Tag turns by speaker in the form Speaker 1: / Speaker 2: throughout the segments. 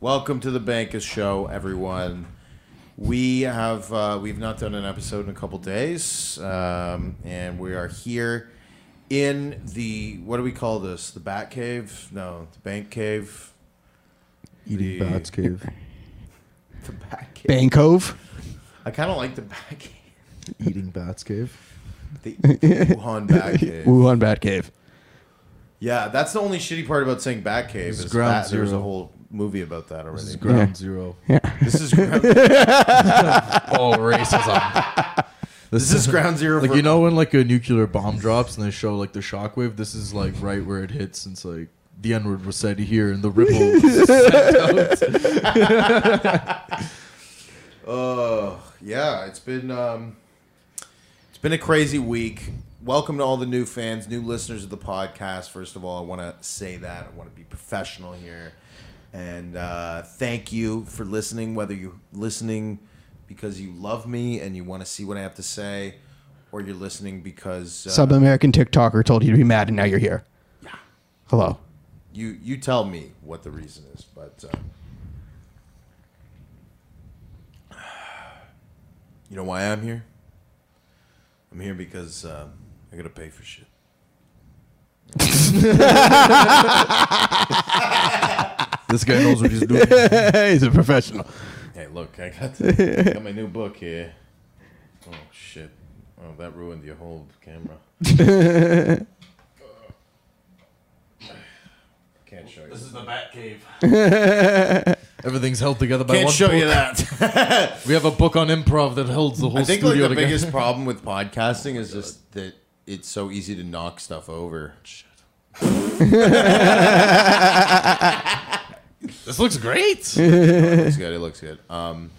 Speaker 1: Welcome to the Bankus Show, everyone. We have uh, we've not done an episode in a couple days, um, and we are here in the what do we call this? The Bat Cave? No, the Bank Cave. The-
Speaker 2: Eating Bat's Cave.
Speaker 1: The Bat Cave.
Speaker 3: Bang Cove.
Speaker 1: I kind of like the Bat Cave.
Speaker 2: Eating Bat's Cave.
Speaker 1: The Wuhan Bat Cave.
Speaker 3: Wuhan Bat Cave.
Speaker 1: Yeah, that's the only shitty part about saying Bat Cave
Speaker 2: This
Speaker 1: is,
Speaker 2: is ground
Speaker 1: that there's a
Speaker 2: zero.
Speaker 1: whole movie about that already.
Speaker 2: This is ground
Speaker 3: Yeah.
Speaker 2: zero.
Speaker 1: This is ground,
Speaker 2: Oh, racism.
Speaker 1: this is ground zero.
Speaker 2: Like
Speaker 1: for-
Speaker 2: you know when like a nuclear bomb drops and they show like the shockwave. This is like right where it hits. And it's like the N word was said here and the ripple. was sent out.
Speaker 1: Oh yeah, it's been um, it's been a crazy week. Welcome to all the new fans, new listeners of the podcast. First of all, I want to say that I want to be professional here, and uh, thank you for listening. Whether you're listening because you love me and you want to see what I have to say, or you're listening because uh,
Speaker 3: Sub American TikToker told you to be mad and now you're here. Hello.
Speaker 1: you you tell me what the reason is. But uh, you know why I'm here. I'm here because um, I gotta pay for shit.
Speaker 2: this guy knows what he's doing.
Speaker 3: He's a professional.
Speaker 1: Hey, look, I got, I got my new book here. Oh shit! Oh, that ruined your whole camera. Can't show you.
Speaker 4: This is the Bat Cave.
Speaker 2: Everything's held together by
Speaker 1: Can't
Speaker 2: one
Speaker 1: show
Speaker 2: book.
Speaker 1: you that.
Speaker 2: We have a book on improv that holds the whole
Speaker 1: I think like
Speaker 2: studio
Speaker 1: the
Speaker 2: together.
Speaker 1: biggest problem with podcasting is just that it's so easy to knock stuff over.
Speaker 2: This looks great.
Speaker 1: looks good. Oh, It looks good. Um,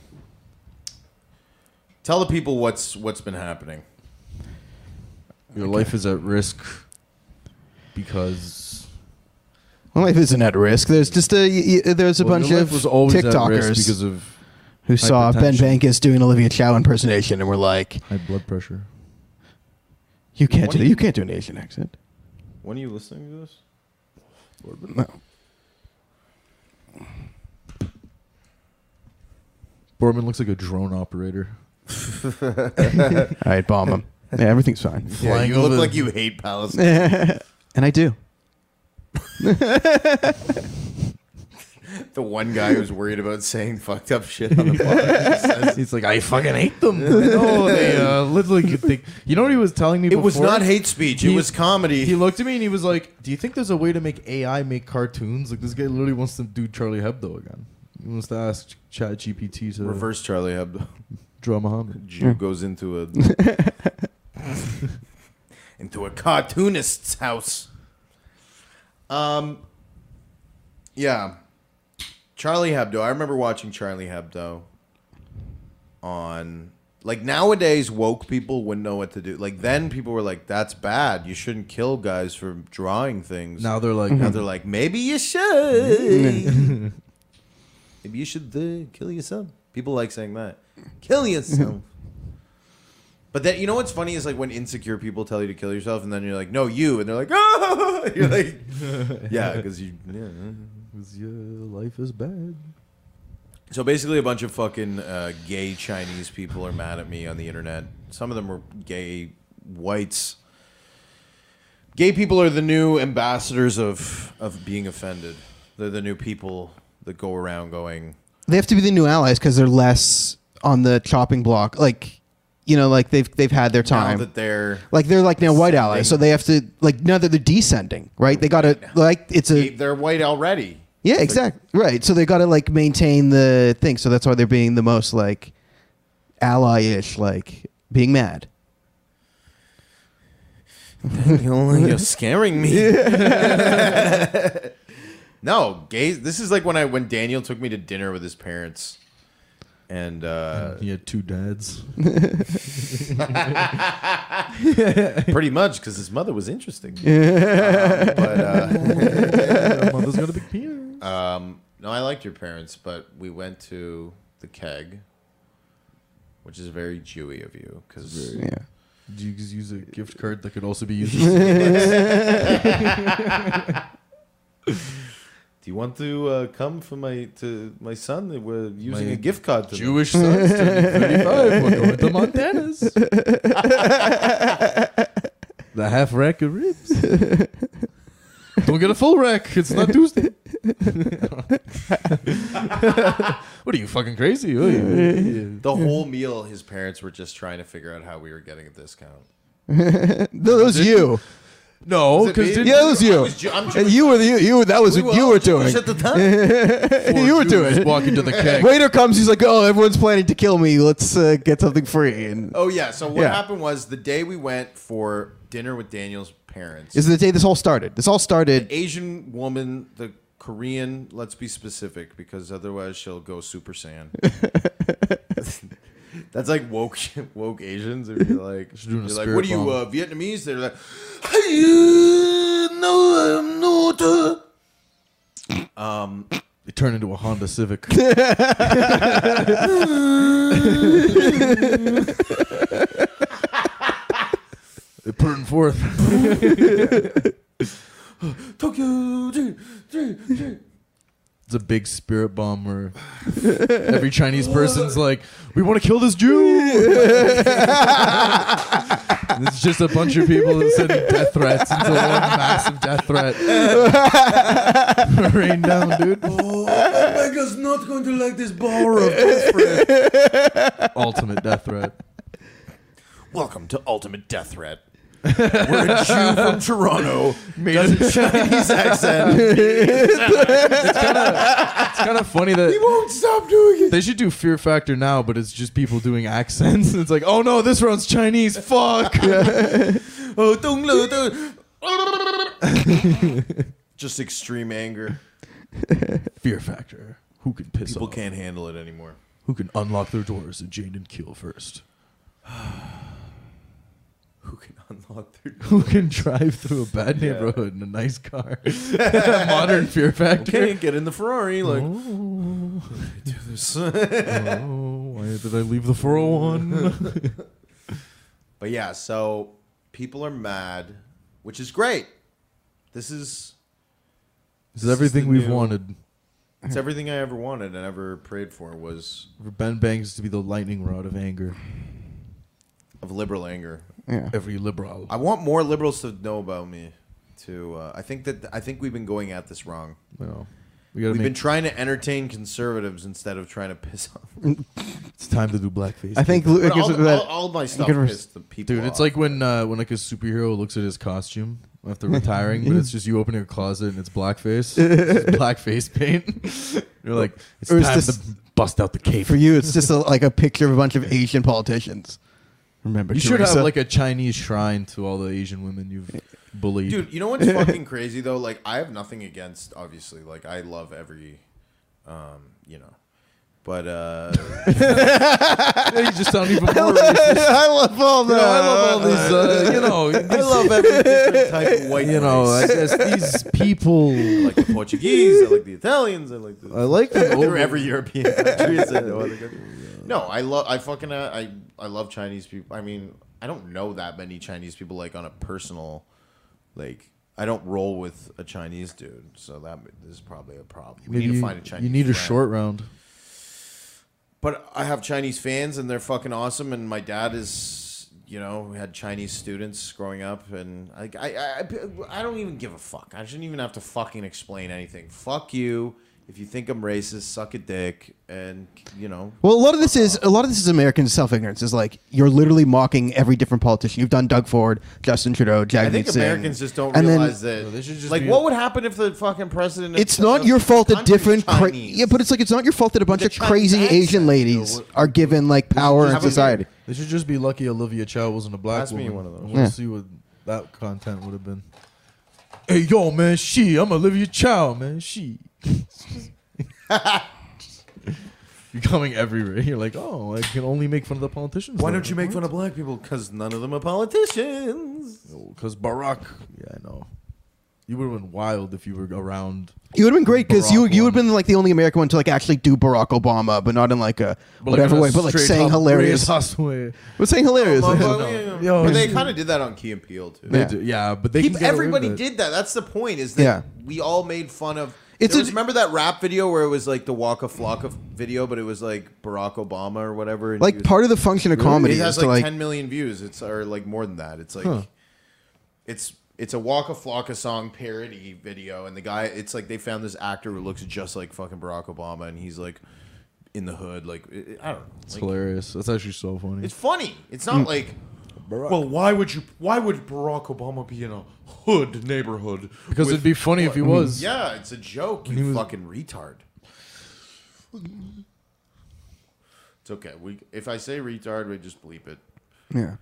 Speaker 1: tell the people what's what's been happening.
Speaker 2: Your life is at risk because
Speaker 3: My life isn't at risk. There's just a y- y- there's a
Speaker 2: Well,
Speaker 3: bunch
Speaker 2: your
Speaker 3: of
Speaker 2: life was always at risk
Speaker 3: TikTokers
Speaker 2: because of
Speaker 3: who saw Ben
Speaker 2: hypertension.
Speaker 3: Bankus doing Olivia Chow impersonation and were like,
Speaker 2: high blood pressure.
Speaker 3: "You can't
Speaker 1: What
Speaker 3: do
Speaker 1: do
Speaker 3: that.
Speaker 1: you-
Speaker 3: You can't do an Asian accent."
Speaker 1: When are you listening to this?
Speaker 3: No.
Speaker 2: Borman looks like a drone operator.
Speaker 3: All right, bomb him. Yeah, everything's fine.
Speaker 1: Yeah,
Speaker 2: Flying
Speaker 1: you look
Speaker 2: over-
Speaker 1: like you hate Palestine.
Speaker 3: and I do.
Speaker 1: the one guy who's worried about saying fucked up shit on the podcast.
Speaker 2: He's like, I fucking hate them. oh, they uh, literally could think. You know what he was telling me?
Speaker 1: It was
Speaker 2: before?
Speaker 1: not hate speech. It
Speaker 2: He-
Speaker 1: was comedy.
Speaker 2: He looked at me and he was like, "Do you think there's a way to make AI make cartoons? Like this guy literally wants to do Charlie Hebdo again. He wants to ask Chat GPT to
Speaker 1: Reverse Charlie Hebdo.
Speaker 2: draw Muhammad.
Speaker 1: Jew goes into a into a cartoonist's house. Um, yeah, Charlie Hebdo. I remember watching Charlie Hebdo on like nowadays woke people wouldn't know what to do. Like then people were like, "That's bad. You shouldn't kill guys for drawing things."
Speaker 2: Now they're like,
Speaker 1: now they're like, "Maybe you should. Maybe you should uh, kill yourself." People like saying that, "Kill yourself." But then you know what's funny is like when insecure people tell you to kill yourself, and then you're like, "No, you," and they're like, "Oh," you're like, "Yeah," because you. Yeah.
Speaker 2: "Your life is bad."
Speaker 1: So basically, a bunch of fucking uh, gay Chinese people are mad at me on the internet. Some of them are gay whites. Gay people are the new ambassadors of of being offended. They're the new people that go around going,
Speaker 3: they have to be the new allies because they're less on the chopping block. Like, you know, like they've they've had their
Speaker 1: now
Speaker 3: time.
Speaker 1: that they're
Speaker 3: like they're like now white allies, so
Speaker 1: Descending.
Speaker 3: they have to like now that they're descending, right? They got to like it's a
Speaker 1: they're white already.
Speaker 3: yeah, exactly right. So they got to like maintain the thing. So that's why they're being the most like ally-ish, like being mad.
Speaker 1: You're scaring me. no, gays. This is like when I when Daniel took me to dinner with his parents, and uh,
Speaker 2: He had two dads.
Speaker 1: pretty much because his mother was interesting. Um, but uh,
Speaker 2: Mother's got a big penis.
Speaker 1: um, no, I liked your parents, but we went to the keg, which is very Jewy of you because
Speaker 3: Yeah,
Speaker 2: Do you just use a gift card that could also be used? as-
Speaker 1: Do you want to uh, come for my to my son? They We're using
Speaker 2: My
Speaker 1: a gift card. To them."
Speaker 2: Jewish sons turning 35 were going to Montana's. the half rack of ribs. Don't get a full rack. It's not Tuesday. what are you fucking crazy? What are you-
Speaker 1: The whole meal, his parents were just trying to figure out how we were getting a discount.
Speaker 3: No, that was you.
Speaker 2: No,
Speaker 1: Was it me?
Speaker 2: because
Speaker 3: Yeah, it was
Speaker 1: I
Speaker 3: you.
Speaker 1: was Ju- I'm
Speaker 3: And
Speaker 1: Jewish.
Speaker 3: you were the you, you that was
Speaker 1: We
Speaker 3: what you
Speaker 1: all
Speaker 3: were
Speaker 1: Jewish
Speaker 3: doing.
Speaker 1: at the time.
Speaker 3: you were doing it.
Speaker 2: walking to the keg.
Speaker 3: Waiter comes, he's like, "Oh, everyone's planning to kill me. Let's uh, get something free." And
Speaker 1: Oh yeah. So what
Speaker 3: Yeah.
Speaker 1: happened was the day we went for dinner with Daniel's parents,
Speaker 3: is the day this all started. This all started.
Speaker 1: Asian woman, the Korean. Let's be specific because otherwise she'll go Super Saiyan. That's like woke woke Asians. They're like,
Speaker 2: She's doing a
Speaker 1: you're like,
Speaker 2: spirit
Speaker 1: what are you
Speaker 2: bomb."
Speaker 1: uh, Vietnamese? They're like, "Hey, uh, no, I'm not. uh."
Speaker 2: You turn into a Honda Civic. They put it in fourth.
Speaker 1: Tokyo. dr- dr- dr-
Speaker 2: It's a big spirit bomb where every Chinese person's like, "We want to kill this Jew." And it's just a bunch of people sending death threats. It's a one massive death threat. Rain down, dude.
Speaker 1: Oh, Omega's not going to like this bar of different.
Speaker 2: Ultimate death threat.
Speaker 1: Welcome to Ultimate Death Threat. We're a Jew from Toronto.
Speaker 2: Made it
Speaker 1: Chinese accent.
Speaker 2: It's kind of funny that
Speaker 1: won't stop doing it.
Speaker 2: They should do Fear Factor now, but it's just people doing accents. It's like, oh no, this round's Chinese. Fuck.
Speaker 1: Oh, don't look, don't- Just extreme anger.
Speaker 2: Fear Factor. Who can piss
Speaker 1: People
Speaker 2: off?
Speaker 1: can't handle it anymore.
Speaker 2: Who can unlock their doors and Jane and kill first?
Speaker 1: Who can unlock their
Speaker 2: Who can drive through a bad
Speaker 1: Yeah.
Speaker 2: neighborhood in a nice car? Modern Fear Factor.
Speaker 1: can't get in the Ferrari like
Speaker 2: Oh,
Speaker 1: do this.
Speaker 2: oh, why did I leave the 401?
Speaker 1: But yeah, so people are mad, which is great. This is
Speaker 2: this is everything we've
Speaker 1: new-
Speaker 2: wanted.
Speaker 1: it's everything I ever wanted and ever prayed for was
Speaker 2: For Ben Bangs to be the lightning rod of anger.
Speaker 1: of liberal anger.
Speaker 3: Yeah.
Speaker 2: Every liberal.
Speaker 1: I want more liberals to know about me. To uh, I think that I think we've been going at this wrong.
Speaker 2: No. We gotta
Speaker 1: We've
Speaker 2: make,
Speaker 1: been trying to entertain conservatives instead of trying to piss off.
Speaker 2: it's time to do blackface.
Speaker 3: I think
Speaker 1: But all,
Speaker 3: Lucas.
Speaker 1: all, all my stuff
Speaker 3: can res-
Speaker 1: pissed the people.
Speaker 2: Dude, it's
Speaker 1: off.
Speaker 2: like when uh, when like a superhero looks at his costume after retiring, but it's just you open your closet and it's blackface, It's just blackface paint. You're like, it's
Speaker 3: Or
Speaker 2: time
Speaker 3: is this-
Speaker 2: to bust out the cape.
Speaker 3: For you, it's just a, like a picture of a bunch of Asian politicians. Remember,
Speaker 2: You should have
Speaker 3: Teresa?
Speaker 2: like a Chinese shrine to all the Asian women you've bullied.
Speaker 1: dude, you know what's fucking crazy though? Like, I have nothing against obviously. Like, I love every, um, you know, but uh,
Speaker 2: you just sound even more. racist.
Speaker 3: I love all
Speaker 2: You
Speaker 3: that.
Speaker 2: know, I love all these. Uh, you know,
Speaker 1: I love every different type of white.
Speaker 2: you know. I
Speaker 1: race.
Speaker 2: guess these people.
Speaker 1: I like the Portuguese. I like the Italians. I like the.
Speaker 2: I like them.
Speaker 1: through
Speaker 2: Over,
Speaker 1: every European country. It's in no, other country. no, I love. I fucking. Uh, I I love Chinese people. I mean, I don't know that many Chinese people like on a personal, like. I don't roll with a Chinese dude, so that is probably a problem. We
Speaker 2: Maybe
Speaker 1: need to
Speaker 2: you-
Speaker 1: find a Chinese.
Speaker 2: You need a
Speaker 1: friend.
Speaker 2: short round.
Speaker 1: But I have Chinese fans, and they're fucking awesome. And my dad is, you know, had Chinese students growing up, and I, I, I, I don't even give a fuck. I shouldn't even have to fucking explain anything. Fuck you. If you think I'm racist, suck a dick, and you know.
Speaker 3: Well, a lot of this is a lot of this is American self ignorance. Is like you're literally mocking every different politician. You've done Doug Ford, Justin Trudeau,
Speaker 1: I
Speaker 3: Jagmeet
Speaker 1: think
Speaker 3: Singh.
Speaker 1: Americans just don't
Speaker 3: And then-
Speaker 1: realize that.
Speaker 2: No, they should just
Speaker 1: like,
Speaker 2: be-
Speaker 1: what would happen if the fucking president? of-
Speaker 3: It's not
Speaker 1: of
Speaker 3: your
Speaker 1: the
Speaker 3: fault that
Speaker 1: country's
Speaker 3: different, cra-
Speaker 1: Chinese?
Speaker 3: yeah, but it's like it's not your fault that a bunch
Speaker 1: The
Speaker 3: of crazy
Speaker 1: Chinese
Speaker 3: Asian
Speaker 1: accent,
Speaker 3: ladies
Speaker 1: though, what-
Speaker 3: are given like power in
Speaker 1: have a-
Speaker 3: society.
Speaker 2: They should just be lucky Olivia Chow wasn't a black
Speaker 1: Pass me
Speaker 2: woman.
Speaker 1: one of those.
Speaker 2: I wanna
Speaker 3: Yeah.
Speaker 2: see what that content would have been. Hey yo, man, she. I'm Olivia Chow, man, she. You're coming everywhere. You're like, oh, I can only make fun of the politicians.
Speaker 1: Why don't you make fun of black people? Because none of them are politicians.
Speaker 2: Because Barack. Yeah, I know. You would have been wild if you were around.
Speaker 3: You would have been great because you
Speaker 2: Barack
Speaker 3: you would
Speaker 2: won.
Speaker 3: have been like the only American one to like actually do Barack Obama, but not in like a
Speaker 2: but like,
Speaker 3: whatever
Speaker 2: in a
Speaker 3: way, but like
Speaker 2: straight
Speaker 3: saying
Speaker 2: up
Speaker 3: hilarious,
Speaker 2: racist way.
Speaker 3: but saying hilarious.
Speaker 1: Well,
Speaker 3: Like,
Speaker 1: well, yeah,
Speaker 2: Yo,
Speaker 1: but they
Speaker 2: it's-
Speaker 1: kind of did that on Key and Peele too.
Speaker 2: They
Speaker 3: Yeah.
Speaker 2: do- Yeah. but they
Speaker 1: Keep-
Speaker 2: can get away with
Speaker 1: everybody
Speaker 2: it.
Speaker 1: did that. That's the point. Is that
Speaker 3: Yeah.
Speaker 1: we all made fun of
Speaker 3: It's
Speaker 1: There was-
Speaker 3: a,
Speaker 1: remember that rap video where it was like the Waka Flocka video, but it was like Barack Obama or whatever. and he
Speaker 3: like
Speaker 1: was-
Speaker 3: part of the function of comedy
Speaker 1: It
Speaker 3: is
Speaker 1: has
Speaker 3: to
Speaker 1: like,
Speaker 3: like,
Speaker 1: ten million views. It's or like more than that. It's like it's it's a Waka Flocka song parody video, and the guy. It's like they found this actor who looks just like fucking Barack Obama, and he's like in the hood. Like it- I don't know.
Speaker 2: It's
Speaker 1: Like,
Speaker 2: hilarious. That's actually so funny.
Speaker 1: it's funny. It's not like. Well, why would you? Why would Barack Obama be in a hood neighborhood?
Speaker 2: Because
Speaker 1: with
Speaker 2: it'd be funny if he was.
Speaker 1: yeah, it's a joke, you fucking retard. It's okay. We if I say retard, we just bleep it.
Speaker 3: yeah.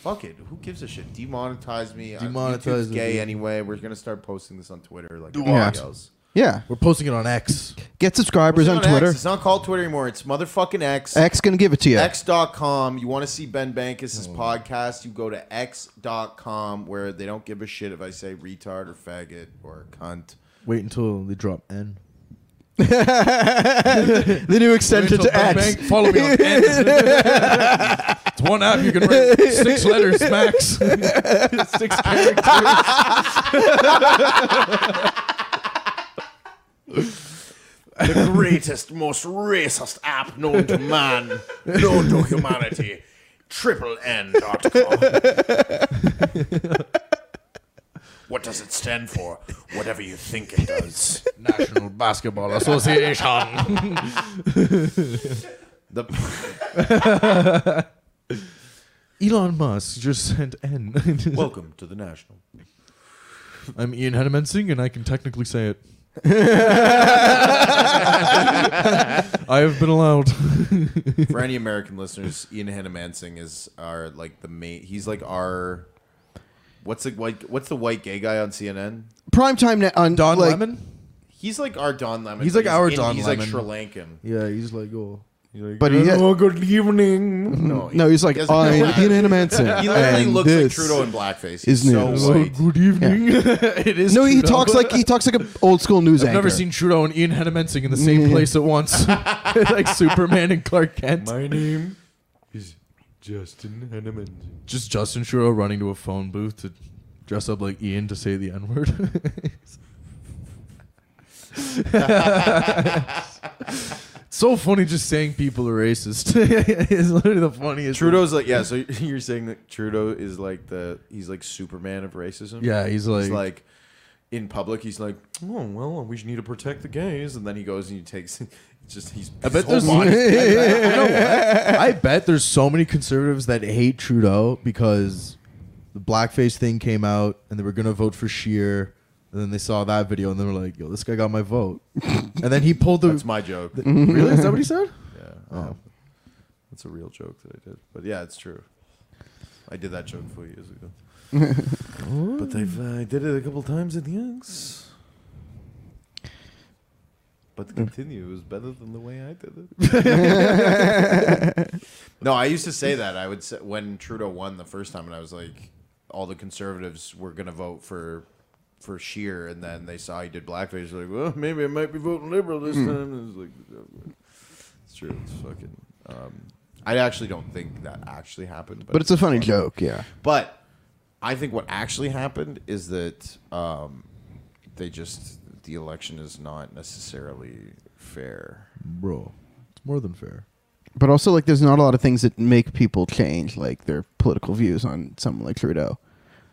Speaker 1: Fuck it. Who gives a shit? Demonetize me. I-
Speaker 2: Demonetize
Speaker 1: YouTube's
Speaker 2: it,
Speaker 1: gay
Speaker 2: dude.
Speaker 1: anyway. We're gonna start posting this on Twitter like
Speaker 3: what?
Speaker 1: everybody else.
Speaker 3: Yeah.
Speaker 2: We're posting it on X.
Speaker 3: Get subscribers on
Speaker 1: It's not X.
Speaker 3: Twitter.
Speaker 1: It's not called Twitter anymore. It's motherfucking X.
Speaker 3: X gonna give it to you.
Speaker 1: X.com. You want to see Ben Bankus'
Speaker 2: Oh.
Speaker 1: podcast? You go to X.com where they don't give a shit if I say retard or faggot or cunt.
Speaker 2: Wait until they drop N.
Speaker 3: the new extension to
Speaker 2: Bank
Speaker 3: X.
Speaker 2: Bank, follow me on N. it's one app you can write six letters max. six characters.
Speaker 1: The greatest, most racist app known to man, known to humanity. Triple N.com. What does it stand for? Whatever you think it does.
Speaker 2: National Basketball Association.
Speaker 1: The
Speaker 2: Elon Musk just sent N.
Speaker 1: Welcome to the National.
Speaker 2: I'm Ian Hennemensing, and I can technically say it. I have been allowed.
Speaker 1: For any American listeners, Ian Hannamansing is our like the main. He's like our. What's the white? What's the white gay guy on CNN?
Speaker 3: Prime time na- on
Speaker 2: Don
Speaker 3: like,
Speaker 2: Lemon.
Speaker 1: He's like our Don Lemon.
Speaker 2: He's
Speaker 1: but
Speaker 2: like our
Speaker 1: in-
Speaker 2: Don
Speaker 1: he's like
Speaker 2: Lemon.
Speaker 1: Sri Lankan.
Speaker 2: Yeah, he's like, oh. He's like,
Speaker 3: But he-
Speaker 2: "Hello, good evening.
Speaker 1: No,
Speaker 3: Mm-hmm. No, he's like
Speaker 1: doesn't-
Speaker 3: I'm
Speaker 1: Yeah.
Speaker 3: Ian Hennemanson.
Speaker 1: He literally
Speaker 3: and
Speaker 1: looks
Speaker 3: this.
Speaker 1: like Trudeau in blackface.
Speaker 3: is
Speaker 1: He's so
Speaker 3: news.
Speaker 2: Hello,
Speaker 1: white.
Speaker 2: good evening. it is.
Speaker 3: No, he
Speaker 2: Trudeau.
Speaker 3: talks like he talks like an old school news
Speaker 2: I've
Speaker 3: anchor.
Speaker 2: never seen Trudeau and Ian Hennemensing in the same place at once, like Superman and Clark Kent.
Speaker 4: My name is Justin Henneman.
Speaker 2: Just Justin Trudeau running to a phone booth to dress up like Ian to say the N word. so funny just saying people are racist. it's literally the funniest.
Speaker 1: Trudeau's like yeah. So you're saying that Trudeau is like the he's like Superman of racism.
Speaker 2: Yeah, he's like,
Speaker 1: He's like in public, he's like,
Speaker 4: Oh well, we need to protect the gays.
Speaker 1: and then he goes and he takes. It's just he's.
Speaker 2: I bet
Speaker 1: his
Speaker 2: there's.
Speaker 1: whole
Speaker 2: I
Speaker 1: body-
Speaker 2: bet, you know what? I bet there's so many conservatives that hate Trudeau because the blackface thing came out and they were gonna vote for Sheer, and then they saw that video and they were like, "Yo, this guy got my vote," and then he pulled the.
Speaker 1: That's my joke.
Speaker 2: really? Is that what he said?
Speaker 1: Yeah. That's a real joke that I did. But yeah, it's true. I did that joke four years ago. but they've, uh, I did it a couple times at the Yanks. But to
Speaker 3: Mm.
Speaker 1: continue, it was better than the way I did it. no, I used to say that. I would say when Trudeau won the first time, and I was like, all the conservatives were going to vote for for Sheer, and then they saw he did blackface. They're like, well, maybe I might be voting liberal
Speaker 3: Hmm.
Speaker 1: this time. And it was like, it's true. It's fucking. Um, I actually don't think that actually happened, but,
Speaker 3: but it's a funny joke. Yeah,
Speaker 1: But I think what actually happened is that um, they just the election is not necessarily fair.
Speaker 2: Bro, it's more than fair.
Speaker 3: but also like there's not a lot of things that make people change like their political views on someone like Trudeau,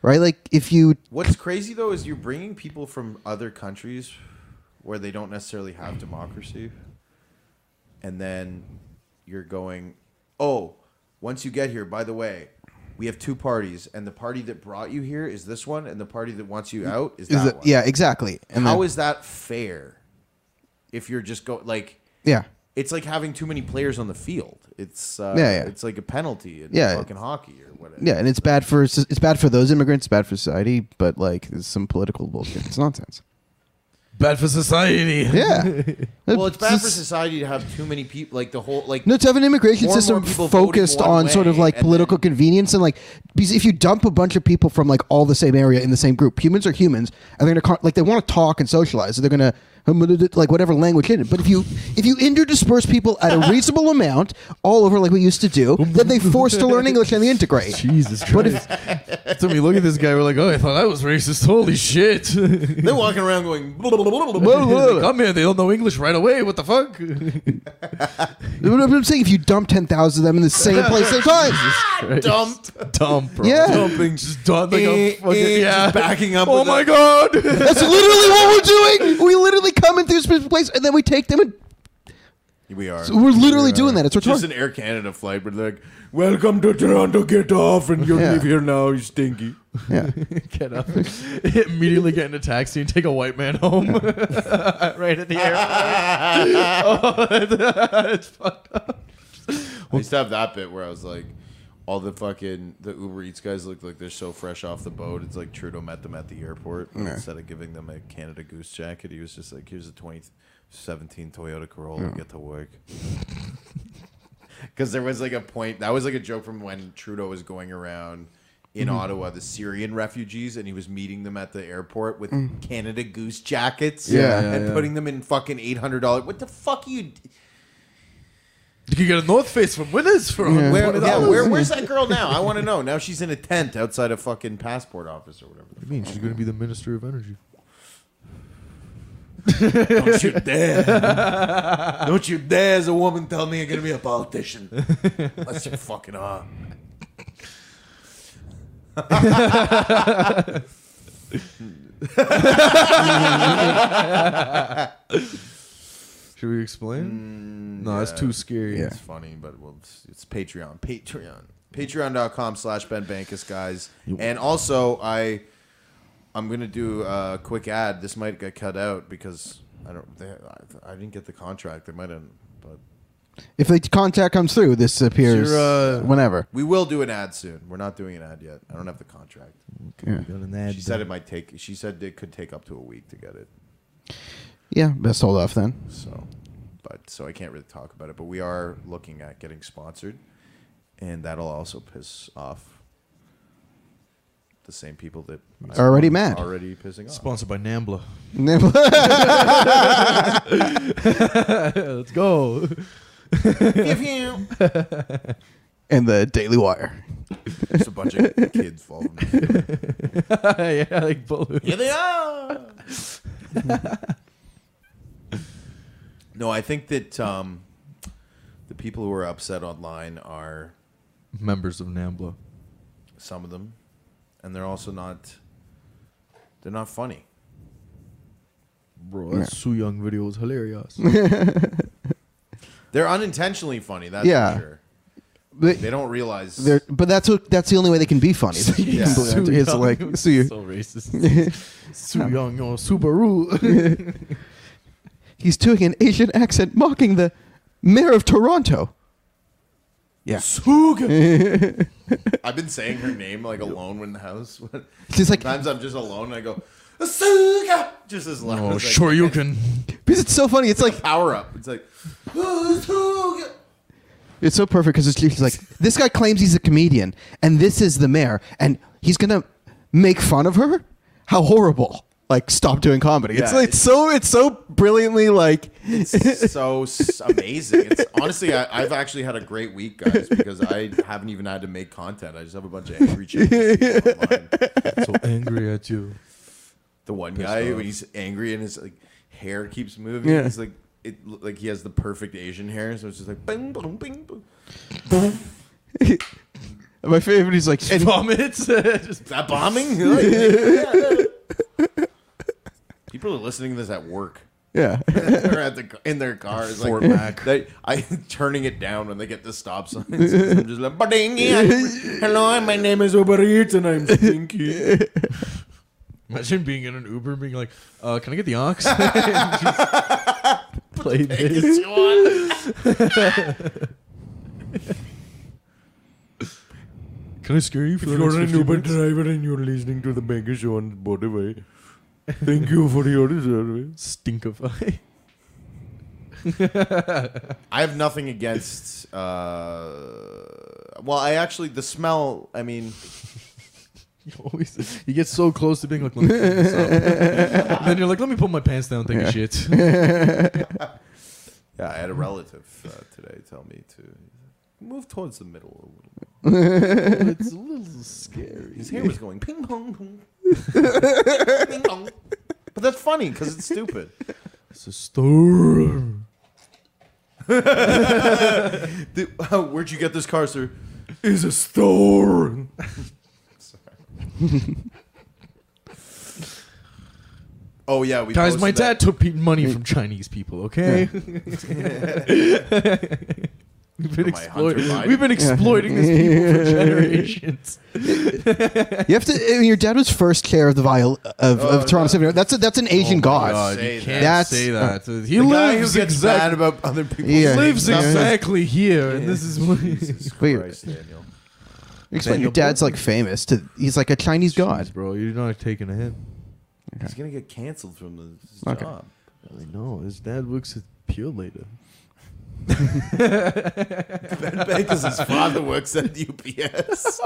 Speaker 3: right? Like if you
Speaker 1: What's crazy though is you're bringing people from other countries where they don't necessarily have democracy, and then you're going, oh, once you get here, by the way. We have two parties, and the party that brought you here is this one, and the party that wants you out is that
Speaker 3: is it,
Speaker 1: one.
Speaker 3: yeah exactly and
Speaker 1: How
Speaker 3: then-
Speaker 1: is that fair? If you're just go like
Speaker 3: yeah
Speaker 1: it's like having too many players on the field. It's uh,
Speaker 3: Yeah, yeah.
Speaker 1: it's like a penalty in
Speaker 3: Yeah.
Speaker 1: fucking hockey or whatever.
Speaker 3: yeah and it's bad for s- it's bad for those immigrants, it's bad for society, but like it's some political bullshit. It's nonsense.
Speaker 2: Bad for society.
Speaker 3: Yeah,
Speaker 1: Well, it's bad for society to have too many people. Like the whole like
Speaker 3: No, to have an immigration
Speaker 1: More and
Speaker 3: system
Speaker 1: more people voting
Speaker 3: focused
Speaker 1: one
Speaker 3: on sort of
Speaker 1: way,
Speaker 3: like
Speaker 1: and
Speaker 3: political
Speaker 1: then-
Speaker 3: convenience and like because if you dump a bunch of people from like all the same area in the same group, humans are humans, and they're gonna con- like they want to talk and socialize, so they're gonna I'm gonna do, like whatever language in it. But if you if you interdisperse people at a reasonable amount all over like we used to do, then they forced to learn English and they integrate.
Speaker 2: Jesus Christ. so we look at this guy, we're like, oh, I thought that was racist. Holy shit.
Speaker 1: They're walking around going.
Speaker 2: They Come here, they don't know English right away. What the fuck?
Speaker 3: What I'm saying, if you dump ten thousand of them in the same place at a time,
Speaker 1: Dumped.
Speaker 2: Dumb, bro.
Speaker 3: Yeah.
Speaker 2: Dumping. Just done like
Speaker 1: Eh,
Speaker 2: a fucking.
Speaker 1: eh,
Speaker 2: yeah.
Speaker 1: just backing up
Speaker 2: Oh
Speaker 1: with
Speaker 2: my
Speaker 1: a-
Speaker 2: god.
Speaker 3: that's literally what we're doing. We literally come into this place and then we take them and
Speaker 1: We are.
Speaker 3: we're literally doing that. It's
Speaker 1: just
Speaker 3: retarded.
Speaker 1: an Air Canada flight, but they're like,
Speaker 4: Welcome to Toronto. Get off, and you
Speaker 3: Yeah.
Speaker 4: leave here now. You stinky.
Speaker 2: Get up. Immediately get in a taxi and take a white man home. right at the airport. oh, it's fucked up.
Speaker 1: I used to have that bit where I was like, all the fucking the Uber Eats guys look like they're so fresh off the boat. It's like Trudeau met them at the airport and instead of giving them a Canada Goose jacket. He was just like, "Here's a 2017 Toyota Corolla. Get to work." Because there was like a point that was like a joke from when Trudeau was going around.
Speaker 3: Mm-hmm.
Speaker 1: In Ottawa, the Syrian refugees, and he was meeting them at the airport with Canada Goose jackets,
Speaker 3: Mm. Yeah.
Speaker 1: and putting them in fucking eight hundred dollars. What the fuck are you? d-
Speaker 2: You can get a North Face from Winners for $120.
Speaker 1: Where, yeah, where, where's that girl now? I want to know. Now she's in a tent outside a fucking passport office or whatever.
Speaker 2: I mean, she's going to be the Minister of Energy.
Speaker 1: Don't you dare! Don't you dare, as a woman, tell me you're gonna be a politician. Unless you fucking are.
Speaker 2: Should we explain? no, it's too scary.
Speaker 1: It's funny, but well, it's, it's Patreon. Patreon. Patreon.com slash Ben Bankus, guys. And also, I I'm gonna do a quick ad. This might get cut out because I don't. They, I, I didn't get the contract. They might have, but
Speaker 3: If the contact comes through, this appears
Speaker 2: Sure, uh,
Speaker 3: whenever.
Speaker 1: we will do an ad soon. We're not doing an ad yet. I don't have the contract.
Speaker 3: Yeah.
Speaker 2: Got an ad
Speaker 1: She said it might take. She said it could take up to a week to get it.
Speaker 3: yeah, best hold off then.
Speaker 1: So, but so I can't really talk about it. But we are looking at getting sponsored, and that'll also piss off the same people that I'm
Speaker 3: Already mad.
Speaker 1: already pissing off.
Speaker 2: Sponsored by Nambla. Let's go.
Speaker 1: it's
Speaker 3: and the Daily Wire.
Speaker 1: a bunch of kids following. me.
Speaker 2: yeah, like bullet.
Speaker 1: Here they are. no, I think that um, the people who are upset online are
Speaker 2: Members of Nambla.
Speaker 1: some of them, and they're also not. They're not funny.
Speaker 2: Bro, that Su Young video was hilarious.
Speaker 1: They're unintentionally funny. That's
Speaker 3: Yeah.
Speaker 1: for sure.
Speaker 3: But,
Speaker 1: They don't realize.
Speaker 3: they're- but that's what, that's the only way they can be funny.
Speaker 1: Yeah.
Speaker 3: Completely. It's like so you-
Speaker 2: so racist. Su Young or Subaru.
Speaker 3: he's doing an Asian accent mocking the mayor of Toronto. Yeah,
Speaker 1: I've been saying her name like alone in the house.
Speaker 3: she's like
Speaker 1: Sometimes I'm just alone and I go, Asuka! Just as loud
Speaker 2: oh,
Speaker 1: as I
Speaker 2: sure you can.
Speaker 3: because it's so funny. It's like
Speaker 1: can. Power up. It's like, Asuka!
Speaker 3: it's so perfect because it's she's like this guy claims he's a comedian and this is the mayor and he's gonna make fun of her. How horrible! Like stop doing comedy. It's
Speaker 1: Yeah.
Speaker 3: like it's so it's so brilliantly like
Speaker 1: It's so s- amazing. It's honestly, I, I've actually had a great week, guys, because I haven't even had to make content. I just have a bunch of angry chicks online.
Speaker 2: so angry at you.
Speaker 1: The one guy, when he's angry and his like hair keeps moving,
Speaker 3: Yeah.
Speaker 1: he's like, it like he has the perfect Asian hair, so it's just like, bing, bing, bing, bing.
Speaker 3: my favorite. He's like and
Speaker 2: Vomits. Just
Speaker 1: Is that bombing? Like- People are listening to this at work.
Speaker 3: yeah.
Speaker 1: They're at the in their cars, like they, I turning it down when they get the stop signs. I'm just like, "Ba-ding, yeah. hello, my name is Uber Eats, and I'm stinky.
Speaker 2: Imagine being in an Uber and being like, uh, can I get the ox? And just Play this. Can I scare you for
Speaker 4: If
Speaker 2: the
Speaker 4: you're
Speaker 2: next
Speaker 4: an
Speaker 2: 15
Speaker 4: Uber
Speaker 2: minutes?
Speaker 4: driver and you're listening to the mega show on Spotify, thank you for your service.
Speaker 2: Stinkify.
Speaker 1: I have nothing against. Uh, well, I actually the smell. I mean,
Speaker 2: You always you get so close to being like, let me clean this up. then you're like, let me pull my pants down, and take a shit.
Speaker 1: Yeah, I had a relative uh, today tell me to move towards the middle a little. bit.
Speaker 2: it's a little scary.
Speaker 1: His hair was going ping pong, pong. ping pong. But that's funny because it's stupid.
Speaker 2: It's a storm.
Speaker 1: Dude, uh, where'd you get this car, sir?
Speaker 4: Is a store.
Speaker 1: Oh yeah, we
Speaker 2: Guys, my
Speaker 1: posted that-
Speaker 2: dad took pe- money from Chinese people. Okay, we've been
Speaker 1: From my Hunter
Speaker 2: exploiting.
Speaker 1: Biden. Oh
Speaker 2: We've been exploiting these people for generations.
Speaker 3: You have to. I mean, your dad was first chair of the vial of, of Toronto Symphony. That's a, that's an
Speaker 2: Oh
Speaker 3: Asian god.
Speaker 1: God.
Speaker 2: you
Speaker 1: Say
Speaker 2: can't
Speaker 3: that.
Speaker 2: say that. he
Speaker 1: The guy who
Speaker 2: lives
Speaker 1: gets mad
Speaker 2: exactly.
Speaker 1: about other people.
Speaker 3: Yeah.
Speaker 2: Lives
Speaker 3: Yeah.
Speaker 2: exactly here, and this is what.
Speaker 1: Jesus
Speaker 3: Wait.
Speaker 1: Christ, Daniel.
Speaker 3: Explain. Your dad's like famous. To he's like a Chinese god.
Speaker 2: bro, you're not taking a hit.
Speaker 1: He's gonna get canceled from the his
Speaker 3: Okay.
Speaker 1: job.
Speaker 2: I know his dad works at Pure later.
Speaker 1: Because his father works at UPS.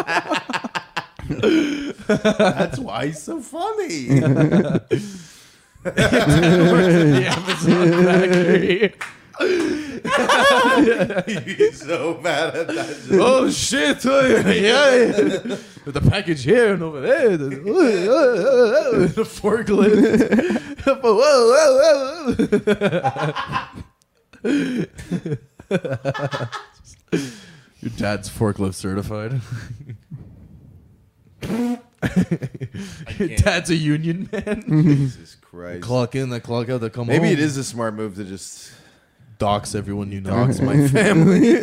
Speaker 1: That's why he's so funny.
Speaker 2: yeah, it's not great.
Speaker 1: he's so mad at that. joke.
Speaker 2: oh shit! Oh, yeah, yeah. With the package here and over there, the, oh, the forklift. Whoa, whoa, whoa, whoa. Your dad's forklift certified. Your
Speaker 1: can't.
Speaker 2: dad's a union man.
Speaker 1: Jesus Christ.
Speaker 2: clock in, they clock out, they come home.
Speaker 1: Maybe it is a smart move to just
Speaker 2: docs everyone you know.
Speaker 1: dox my family.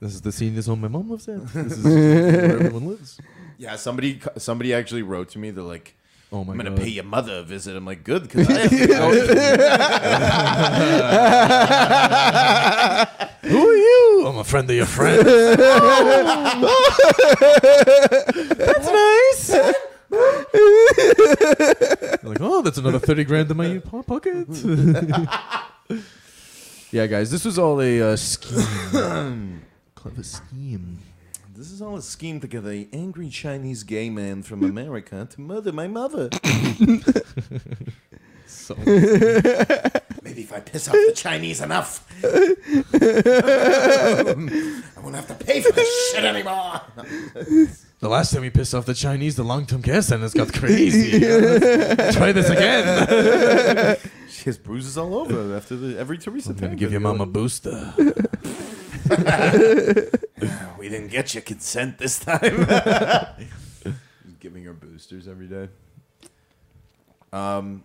Speaker 2: This is the seniors home my mom lives at. This is where everyone lives.
Speaker 1: yeah, somebody somebody actually wrote to me. They're like,
Speaker 2: Oh my
Speaker 1: I'm gonna
Speaker 2: god.
Speaker 1: pay your mother a visit. I'm like, good, because I have to go.
Speaker 2: Who are you? I'm a Oh, friend of your friend. that's nice. like, oh, that's another 30 grand in my po- pocket. yeah, guys, this was all a uh, scheme. Clever scheme.
Speaker 1: This is all a scheme to get an angry Chinese gay man from America to murder my mother.
Speaker 2: So,
Speaker 1: Maybe if I piss off the Chinese enough, I won't have to pay for this shit anymore.
Speaker 2: the last time we pissed off the Chinese, the long term care centers got crazy. Try this again.
Speaker 1: She has bruises all over after the, every Teresa.
Speaker 2: I'm going to
Speaker 1: Tan
Speaker 2: give your
Speaker 1: video.
Speaker 2: mom a booster.
Speaker 1: We didn't get your consent this time. giving her boosters every day. Um,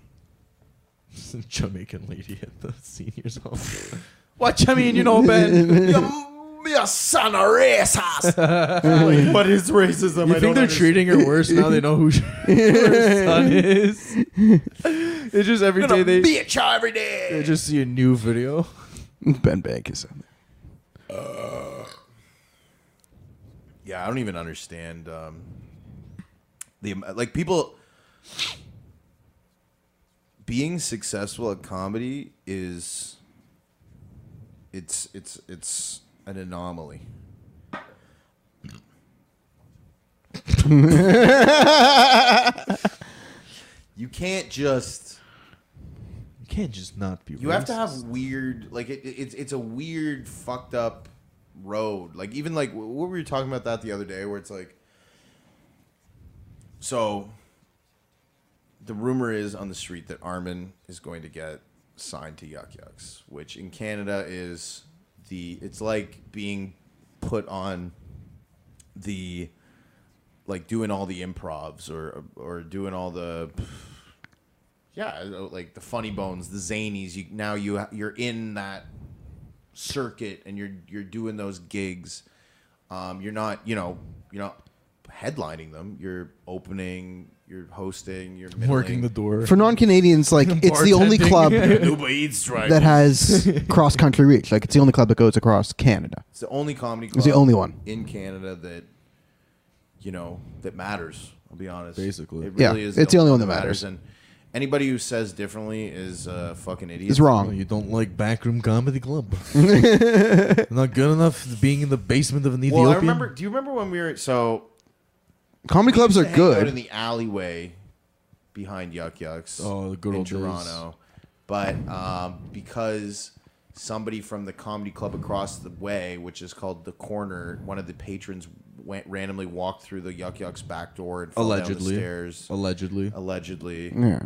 Speaker 2: Jamaican lady at the seniors home. What you mean you know, Ben?
Speaker 1: your, your son a racist. like, what is racism?
Speaker 2: You think they're treating her worse now? They know who she- her son is. It's just every day they, they
Speaker 1: bitch every day.
Speaker 2: just see a new video.
Speaker 3: Ben Bank is in there.
Speaker 1: Yeah, I don't even understand um, the am- like people being successful at comedy is it's it's it's an anomaly. you can't just
Speaker 2: You can't just not be.
Speaker 1: you have to have weird, like it, it- it's it's a weird, fucked up road. Like even like wh- what we were talking about that the other day, where it's like, so the rumor is on the street that Armin is going to get signed to Yuck Yucks, which in Canada is the it's like being put on the like doing all the improvs or or doing all the yeah like the funny bones the zanies you now you ha- you're in that circuit and you're you're doing those gigs um you're not you know you're not headlining them you're opening you're hosting you're
Speaker 2: working the
Speaker 1: middling.
Speaker 2: door.
Speaker 3: For non-Canadians, like it's the only
Speaker 2: Bartending.
Speaker 3: club
Speaker 1: Uber Eats driver.
Speaker 3: that has cross-country reach. Like it's the only club that goes across Canada.
Speaker 1: It's the only comedy club.
Speaker 3: It's the only one.
Speaker 1: in Canada that you know that matters. I'll be honest.
Speaker 2: Basically.
Speaker 1: it
Speaker 3: Yeah,
Speaker 1: really is.
Speaker 3: it's the only one that matters.
Speaker 1: And anybody who says differently is a fucking idiot.
Speaker 3: It's
Speaker 2: Oh,
Speaker 3: wrong.
Speaker 2: you don't like backroom comedy club. not good enough being in the basement of an
Speaker 1: Well, I
Speaker 2: Ethiopian.
Speaker 1: remember. Do you remember when we were so?
Speaker 3: Comedy clubs are
Speaker 1: used to hang out
Speaker 3: good.
Speaker 1: in the alleyway behind Yuck Yucks.
Speaker 2: Oh, the good
Speaker 1: in
Speaker 2: old days.
Speaker 1: Toronto. But um, because somebody from the comedy club across the way, which is called the Corner, one of the patrons went randomly walked through the Yuck Yucks back door and fell down the
Speaker 2: Allegedly.
Speaker 1: stairs.
Speaker 2: Allegedly.
Speaker 1: Allegedly,
Speaker 3: yeah.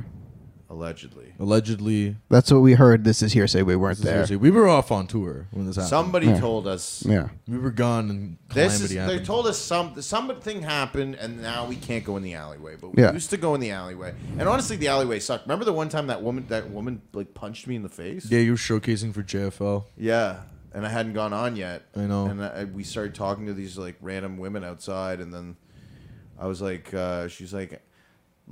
Speaker 1: allegedly,
Speaker 2: Allegedly.
Speaker 3: That's what we heard. This is hearsay. We weren't there.
Speaker 2: Seriously, we were off on tour when this happened.
Speaker 1: somebody told us.
Speaker 3: Yeah.
Speaker 2: we were gone and calamity
Speaker 1: This is, they
Speaker 2: happened.
Speaker 1: told us some something happened and now we can't go in the alleyway. But we
Speaker 3: Yeah.
Speaker 1: used to go in the alleyway, and honestly, the alleyway sucked. Remember the one time that woman that woman like punched me in the face?
Speaker 2: yeah, you were showcasing for JFL.
Speaker 1: Yeah, and I hadn't gone on yet.
Speaker 2: I know.
Speaker 1: And I, we started talking to these like random women outside, and then I was like, uh, she's like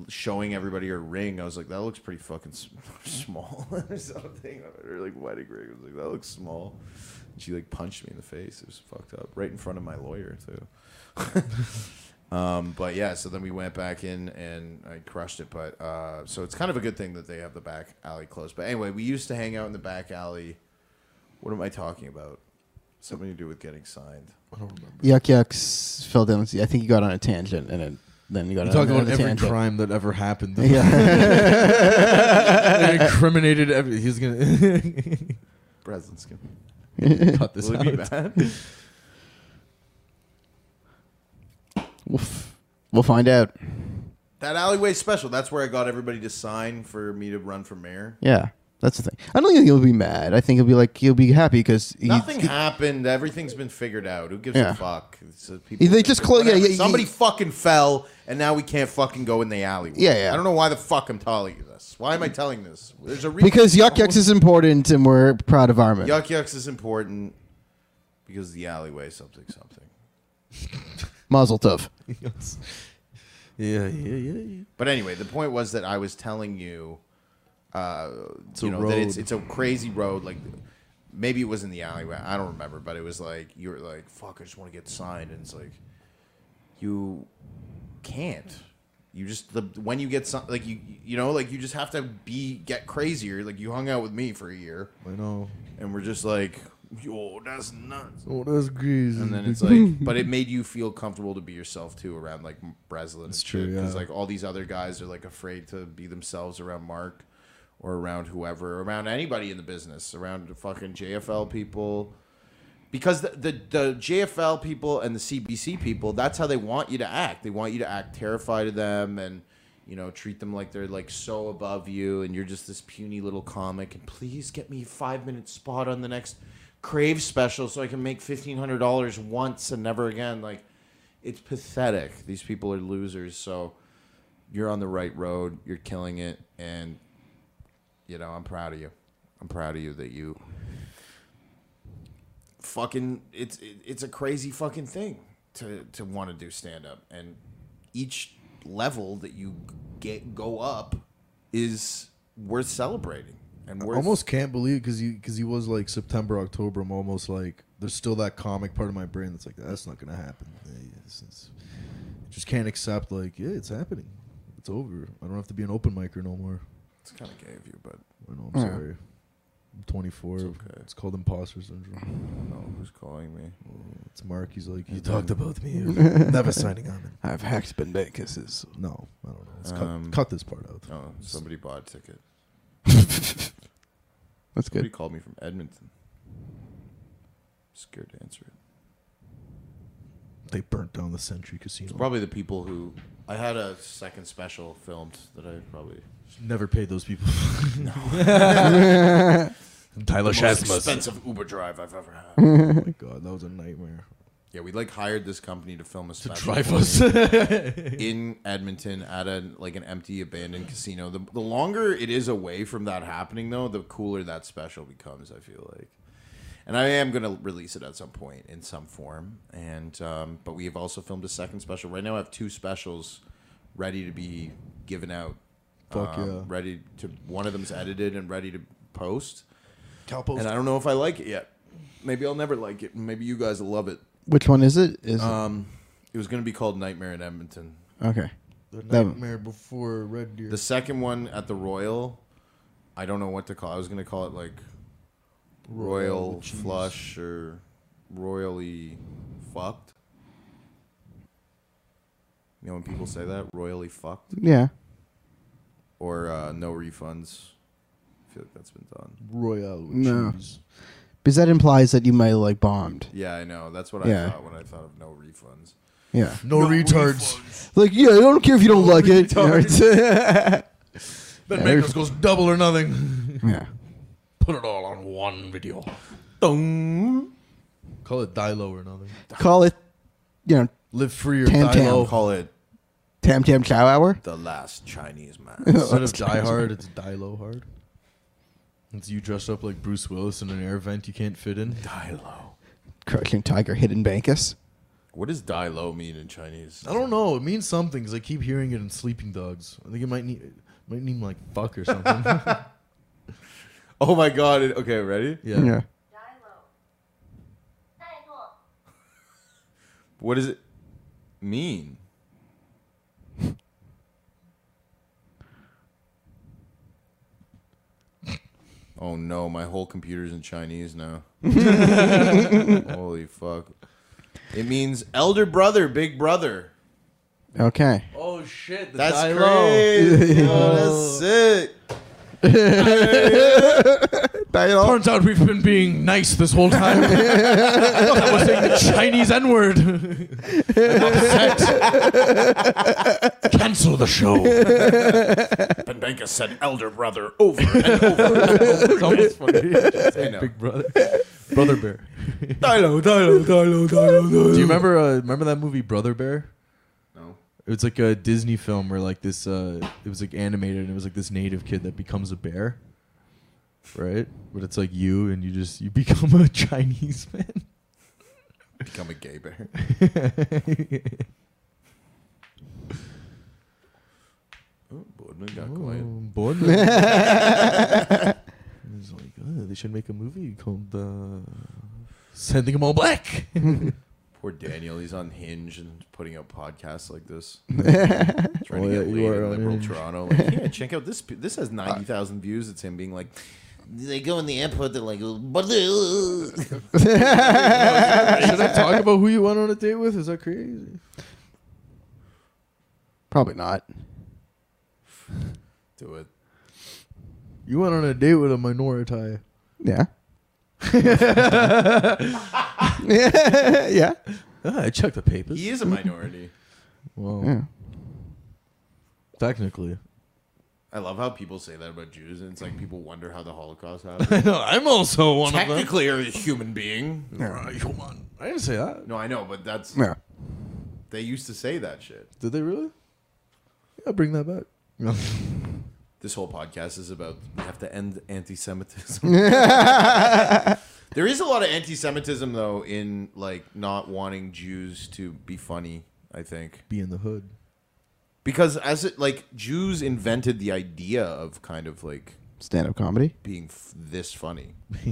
Speaker 1: showing everybody her ring. I was like, that looks pretty fucking s- small or something. Or like wedding ring. I was like, that looks small. And she like punched me in the face. It was fucked up, right in front of my lawyer too. Um, but yeah, so then we went back in and I crushed it. But uh, so it's kind of a good thing that they have the back alley closed. But anyway, we used to hang out in the back alley. What am I talking about? Something to do with getting signed.
Speaker 3: Yuck yucks fell down. I think you got on a tangent and it, then you got
Speaker 2: You
Speaker 3: on
Speaker 2: talk
Speaker 3: another
Speaker 2: about every
Speaker 3: tangent.
Speaker 2: crime that ever happened.
Speaker 3: Yeah.
Speaker 2: They incriminated every. He's gonna
Speaker 1: President's gonna
Speaker 2: cut this
Speaker 1: will
Speaker 2: out.
Speaker 1: he be mad?
Speaker 3: Woof. We'll find out.
Speaker 1: that alleyway special. That's where I got everybody to sign for me to run for mayor.
Speaker 3: Yeah. That's the thing. I don't think he'll be mad. I think he'll be like he'll be happy because
Speaker 1: Nothing happened. Everything's been figured out. Who gives
Speaker 3: Yeah.
Speaker 1: a fuck? It's, uh, people-
Speaker 3: They just clo- yeah,
Speaker 1: Whatever.
Speaker 3: yeah, yeah.
Speaker 1: Somebody fucking fell, and now we can't fucking go in the alleyway.
Speaker 3: Yeah, yeah.
Speaker 1: I don't know why the fuck I'm telling you this. Why am I telling this? There's a reason.
Speaker 3: because Yuck Yucks is important and we're proud of Armin.
Speaker 1: Yuck Yucks is important because the alleyway something something.
Speaker 3: Mazel tov.
Speaker 2: Yes. Yeah, yeah, yeah, yeah.
Speaker 1: But anyway, the point was that I was telling you, uh, you
Speaker 2: a
Speaker 1: know, that it's
Speaker 2: road.
Speaker 1: it's a crazy road. Like maybe it was in the alleyway. I don't remember, but it was like you were like, "Fuck, I just want to get signed," and it's like you can't. You just the when you get some like you you know like you just have to be get crazier. Like you hung out with me for a year,
Speaker 2: I know.
Speaker 1: and we're just like, "Yo, that's nuts."
Speaker 2: Oh, that's crazy.
Speaker 1: And then it's like, but it made you feel comfortable to be yourself too around like Breslin. It's
Speaker 2: true,
Speaker 1: because
Speaker 2: yeah.
Speaker 1: like all these other guys are like afraid to be themselves around Mark or around whoever, around anybody in the business, around the fucking JFL people. Because the, the the JFL people and the CBC people, that's how they want you to act. They want you to act terrified of them and you know treat them like they're like so above you and you're just this puny little comic and please get me a five minute spot on the next crave special so i can make $1500 once and never again like it's pathetic these people are losers so you're on the right road you're killing it and you know i'm proud of you i'm proud of you that you fucking it's it, it's a crazy fucking thing to to want to do stand up and each level that you get go up is worth celebrating and
Speaker 2: I
Speaker 1: worth
Speaker 2: almost can't believe because he because he was like September October. I'm almost like there's still that comic part of my brain that's like that's not gonna happen. Yeah, yeah, it's- it's- just can't accept like yeah, it's happening. It's over. I don't have to be an open micer no more.
Speaker 1: it's kind of gay of you but
Speaker 2: I know. I'm
Speaker 3: Yeah.
Speaker 2: sorry. I'm 24. It's,
Speaker 1: okay.
Speaker 2: called imposter syndrome. Oh,
Speaker 1: i don't know who's calling me
Speaker 2: It's Mark. He's like you talked about me. You're never signing on.
Speaker 3: I've hacked Ben Kisses.
Speaker 2: No, I don't know. Let's
Speaker 1: Um,
Speaker 2: cut, cut this part out.
Speaker 1: Oh, somebody bought a ticket.
Speaker 3: That's
Speaker 1: Somebody
Speaker 3: good.
Speaker 1: called me from Edmonton. scared to answer it.
Speaker 2: They burnt down the Century Casino.
Speaker 1: Probably the people who I had a second special filmed that I probably
Speaker 2: Never paid those people. Tyler
Speaker 1: most
Speaker 2: Shazmus.
Speaker 1: expensive Uber drive I've ever had.
Speaker 2: Oh my god, that was a nightmare.
Speaker 1: yeah, we like hired this company to film a
Speaker 2: To
Speaker 1: special
Speaker 2: drive us.
Speaker 1: in Edmonton at a like an empty abandoned casino. The, the longer it is away from that happening though, the cooler that special becomes, I feel like. And I am going to release it at some point in some form. And um, but we have also filmed a second special. Right now I have two specials ready to be given out. um,
Speaker 2: Fuck yeah.
Speaker 1: Ready to one of them's edited and ready to post.
Speaker 2: Calpost.
Speaker 1: And I don't know if I like it yet. Maybe I'll never like it. Maybe you guys will love it.
Speaker 3: Which one is it? Is
Speaker 1: Um, it was going to be called Nightmare in Edmonton.
Speaker 3: it? okay.
Speaker 2: the
Speaker 3: that-
Speaker 2: nightmare before Red Deer.
Speaker 1: The second one at the Royal, I don't know what to call. I was gonna call it like Royal
Speaker 2: Royal cheese.
Speaker 1: Flush or Royally Fucked. You know when people say that royally fucked
Speaker 3: Yeah.
Speaker 1: or uh, no refunds. I feel like that's been done.
Speaker 2: Royale with
Speaker 3: No.
Speaker 2: cheese.
Speaker 3: Because that implies that you might have like bombed.
Speaker 1: Yeah, I know. That's what
Speaker 3: Yeah.
Speaker 1: I thought when I thought of no refunds.
Speaker 3: Yeah.
Speaker 2: No, retards.
Speaker 3: Like, yeah, I don't care if you don't like it. you know, it's-
Speaker 2: That
Speaker 3: Yeah,
Speaker 2: Magnus goes double or nothing.
Speaker 3: yeah.
Speaker 2: Put it all on one video. Call it Dilo or nothing.
Speaker 3: Call it, you know,
Speaker 2: Live free or
Speaker 3: Tam
Speaker 2: die
Speaker 3: Tam.
Speaker 1: I'll
Speaker 2: low.
Speaker 1: call it
Speaker 3: Tam Tam Chow Hour.
Speaker 1: the last Chinese man.
Speaker 2: Instead of die hard, it's die low hard. It's you dressed up like Bruce Willis in an air vent you can't fit in.
Speaker 1: die low.
Speaker 3: Crouching Tiger, Hidden Bankus.
Speaker 1: What does die low mean in Chinese?
Speaker 2: I don't know. It means something because I keep hearing it in Sleeping Dogs. I think it might need it might mean like fuck or something.
Speaker 1: Oh my god. it- Okay, ready?
Speaker 2: yeah.
Speaker 3: yeah.
Speaker 5: 来喽，带路，
Speaker 1: What does it mean? Oh no, my whole computer's in Chinese now. Holy fuck. It means elder brother, big brother.
Speaker 3: Okay.
Speaker 2: Oh shit! The
Speaker 1: That's
Speaker 2: die
Speaker 1: crazy. Oh, that's sick.
Speaker 2: low. Turns out we've been being nice this whole time. I thought I was saying the Chinese N word. Cancel the show.
Speaker 1: Benbenka said elder brother
Speaker 4: Oh.
Speaker 1: over and over.
Speaker 2: It's almost funny.
Speaker 1: I know.
Speaker 2: Big brother, brother bear.
Speaker 1: Dilo, dilo, dilo, dilo, dilo.
Speaker 2: Do you remember? Uh, remember that movie Brother Bear?
Speaker 1: No.
Speaker 2: It was like a Disney film where like this uh it was like animated and it was like this native kid that becomes a bear. Right? But it's like you and you just you become a Chinese man.
Speaker 1: Become a gay bear. Oh, Boardman got quiet.
Speaker 2: Um, born It's like oh, they should make a movie called uh, Sending Them All Black.
Speaker 1: Poor Daniel, he's on Hinge and putting out podcasts like this. Trying
Speaker 2: Oh,
Speaker 1: to
Speaker 2: yeah,
Speaker 1: get
Speaker 2: you
Speaker 1: laid
Speaker 2: are
Speaker 1: in
Speaker 2: on
Speaker 1: liberal
Speaker 2: Hinge.
Speaker 1: Toronto. Like, yeah, check out this. This has 90,000 views. It's him being like, they go in the airport, they're like, "But, uh,"
Speaker 2: should I talk about who you went on a date with? Is that crazy?
Speaker 3: Probably not.
Speaker 1: do it.
Speaker 2: You went on a date with a minority.
Speaker 3: Yeah. yeah.
Speaker 2: Ah, I checked the papers.
Speaker 1: He is a minority.
Speaker 2: Well,
Speaker 3: Yeah.
Speaker 2: technically.
Speaker 1: I love how people say that about Jews, and it's like people wonder how the Holocaust
Speaker 2: I
Speaker 1: happened.
Speaker 2: know. I'm also one
Speaker 1: Technically, you're a human being.
Speaker 2: Uh, come on. I didn't say that.
Speaker 1: No, I know, but that's
Speaker 3: Yeah.
Speaker 1: they used to say that shit.
Speaker 2: Did they really? Yeah, bring that back. No.
Speaker 1: This whole podcast is about we have to end anti-Semitism. there is a lot of anti-Semitism though in like not wanting Jews to be funny. I think
Speaker 2: Be in the hood.
Speaker 1: because as it like Jews invented the idea of kind of like
Speaker 3: Stand up comedy.
Speaker 1: being f- this funny,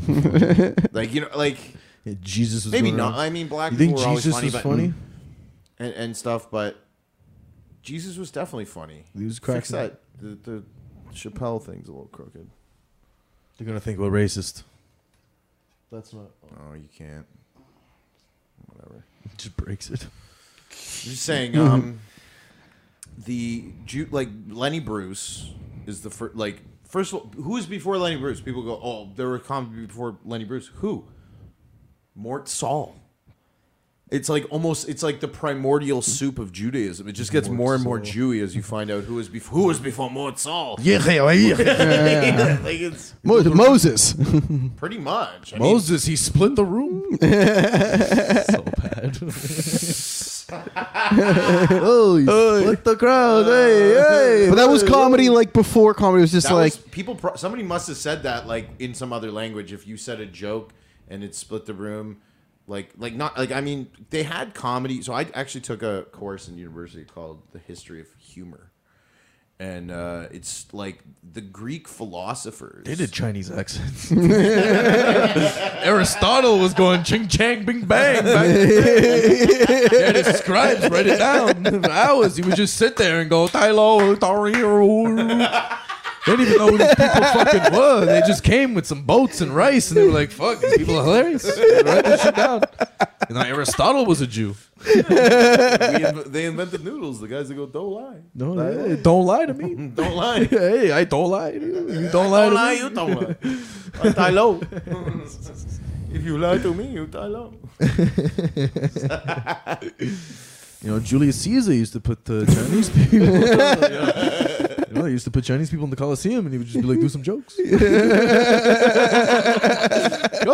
Speaker 1: like you know, like
Speaker 2: Yeah, Jesus was
Speaker 1: maybe
Speaker 2: going
Speaker 1: not.
Speaker 2: around.
Speaker 1: I mean, black
Speaker 2: You think
Speaker 1: people were
Speaker 2: Jesus
Speaker 1: always funny, but-
Speaker 2: was
Speaker 1: Hmm.
Speaker 2: funny?
Speaker 1: and, and stuff, but Jesus was definitely funny.
Speaker 2: He was
Speaker 1: Fix
Speaker 2: cracking
Speaker 1: that. The, the Chappelle thing's a little crooked.
Speaker 2: They're gonna think we're racist. That's not.
Speaker 1: Oh, you can't. Whatever.
Speaker 2: just breaks it.
Speaker 1: Just saying, um, the Jew, like Lenny Bruce is the first. Like, first of all, who is before Lenny Bruce? People go, oh, there were comedy before Lenny Bruce. Who? Mort Saul. It's like almost. It's like the primordial soup of Judaism. It just gets more and more Jewy as you find out who is before who was before Mort Saul. like it's
Speaker 3: Mo- Moses.
Speaker 1: pretty much. I mean,
Speaker 2: Moses, he split the room. so bad. oh, he split the crowd. hey, hey.
Speaker 3: but that was comedy like before comedy was just
Speaker 1: That
Speaker 3: like
Speaker 1: was, people. Pro- somebody must have said that like in some other language. If you said a joke and it split the room, like like not like I mean they had comedy. So I actually took a course in university called the history of humor, and uh, it's like the Greek philosophers.
Speaker 2: They did Chinese accents. Aristotle was going ching chang bing bang. Back in the day. he had his scribes write it down for hours. He would just sit there and go Tylo Dario. They didn't even know who these people fucking were. They just came with some boats and rice, and they were like, "Fuck, these people are hilarious." They write this shit down. And And then Aristotle was a Jew.
Speaker 1: We inv- they invented noodles. The guys that go, don't lie.
Speaker 2: No, hey, don't lie to me.
Speaker 1: Don't lie.
Speaker 2: hey, I don't lie. to You You don't lie.
Speaker 1: Don't
Speaker 2: to
Speaker 1: lie,
Speaker 2: me.
Speaker 1: you don't lie. I die low. if you lie to me, you die low.
Speaker 2: You know, Julius Caesar used to put the Chinese people. You know, he used to put Chinese people in the Colosseum, and he would just be like, "Do some jokes. Go,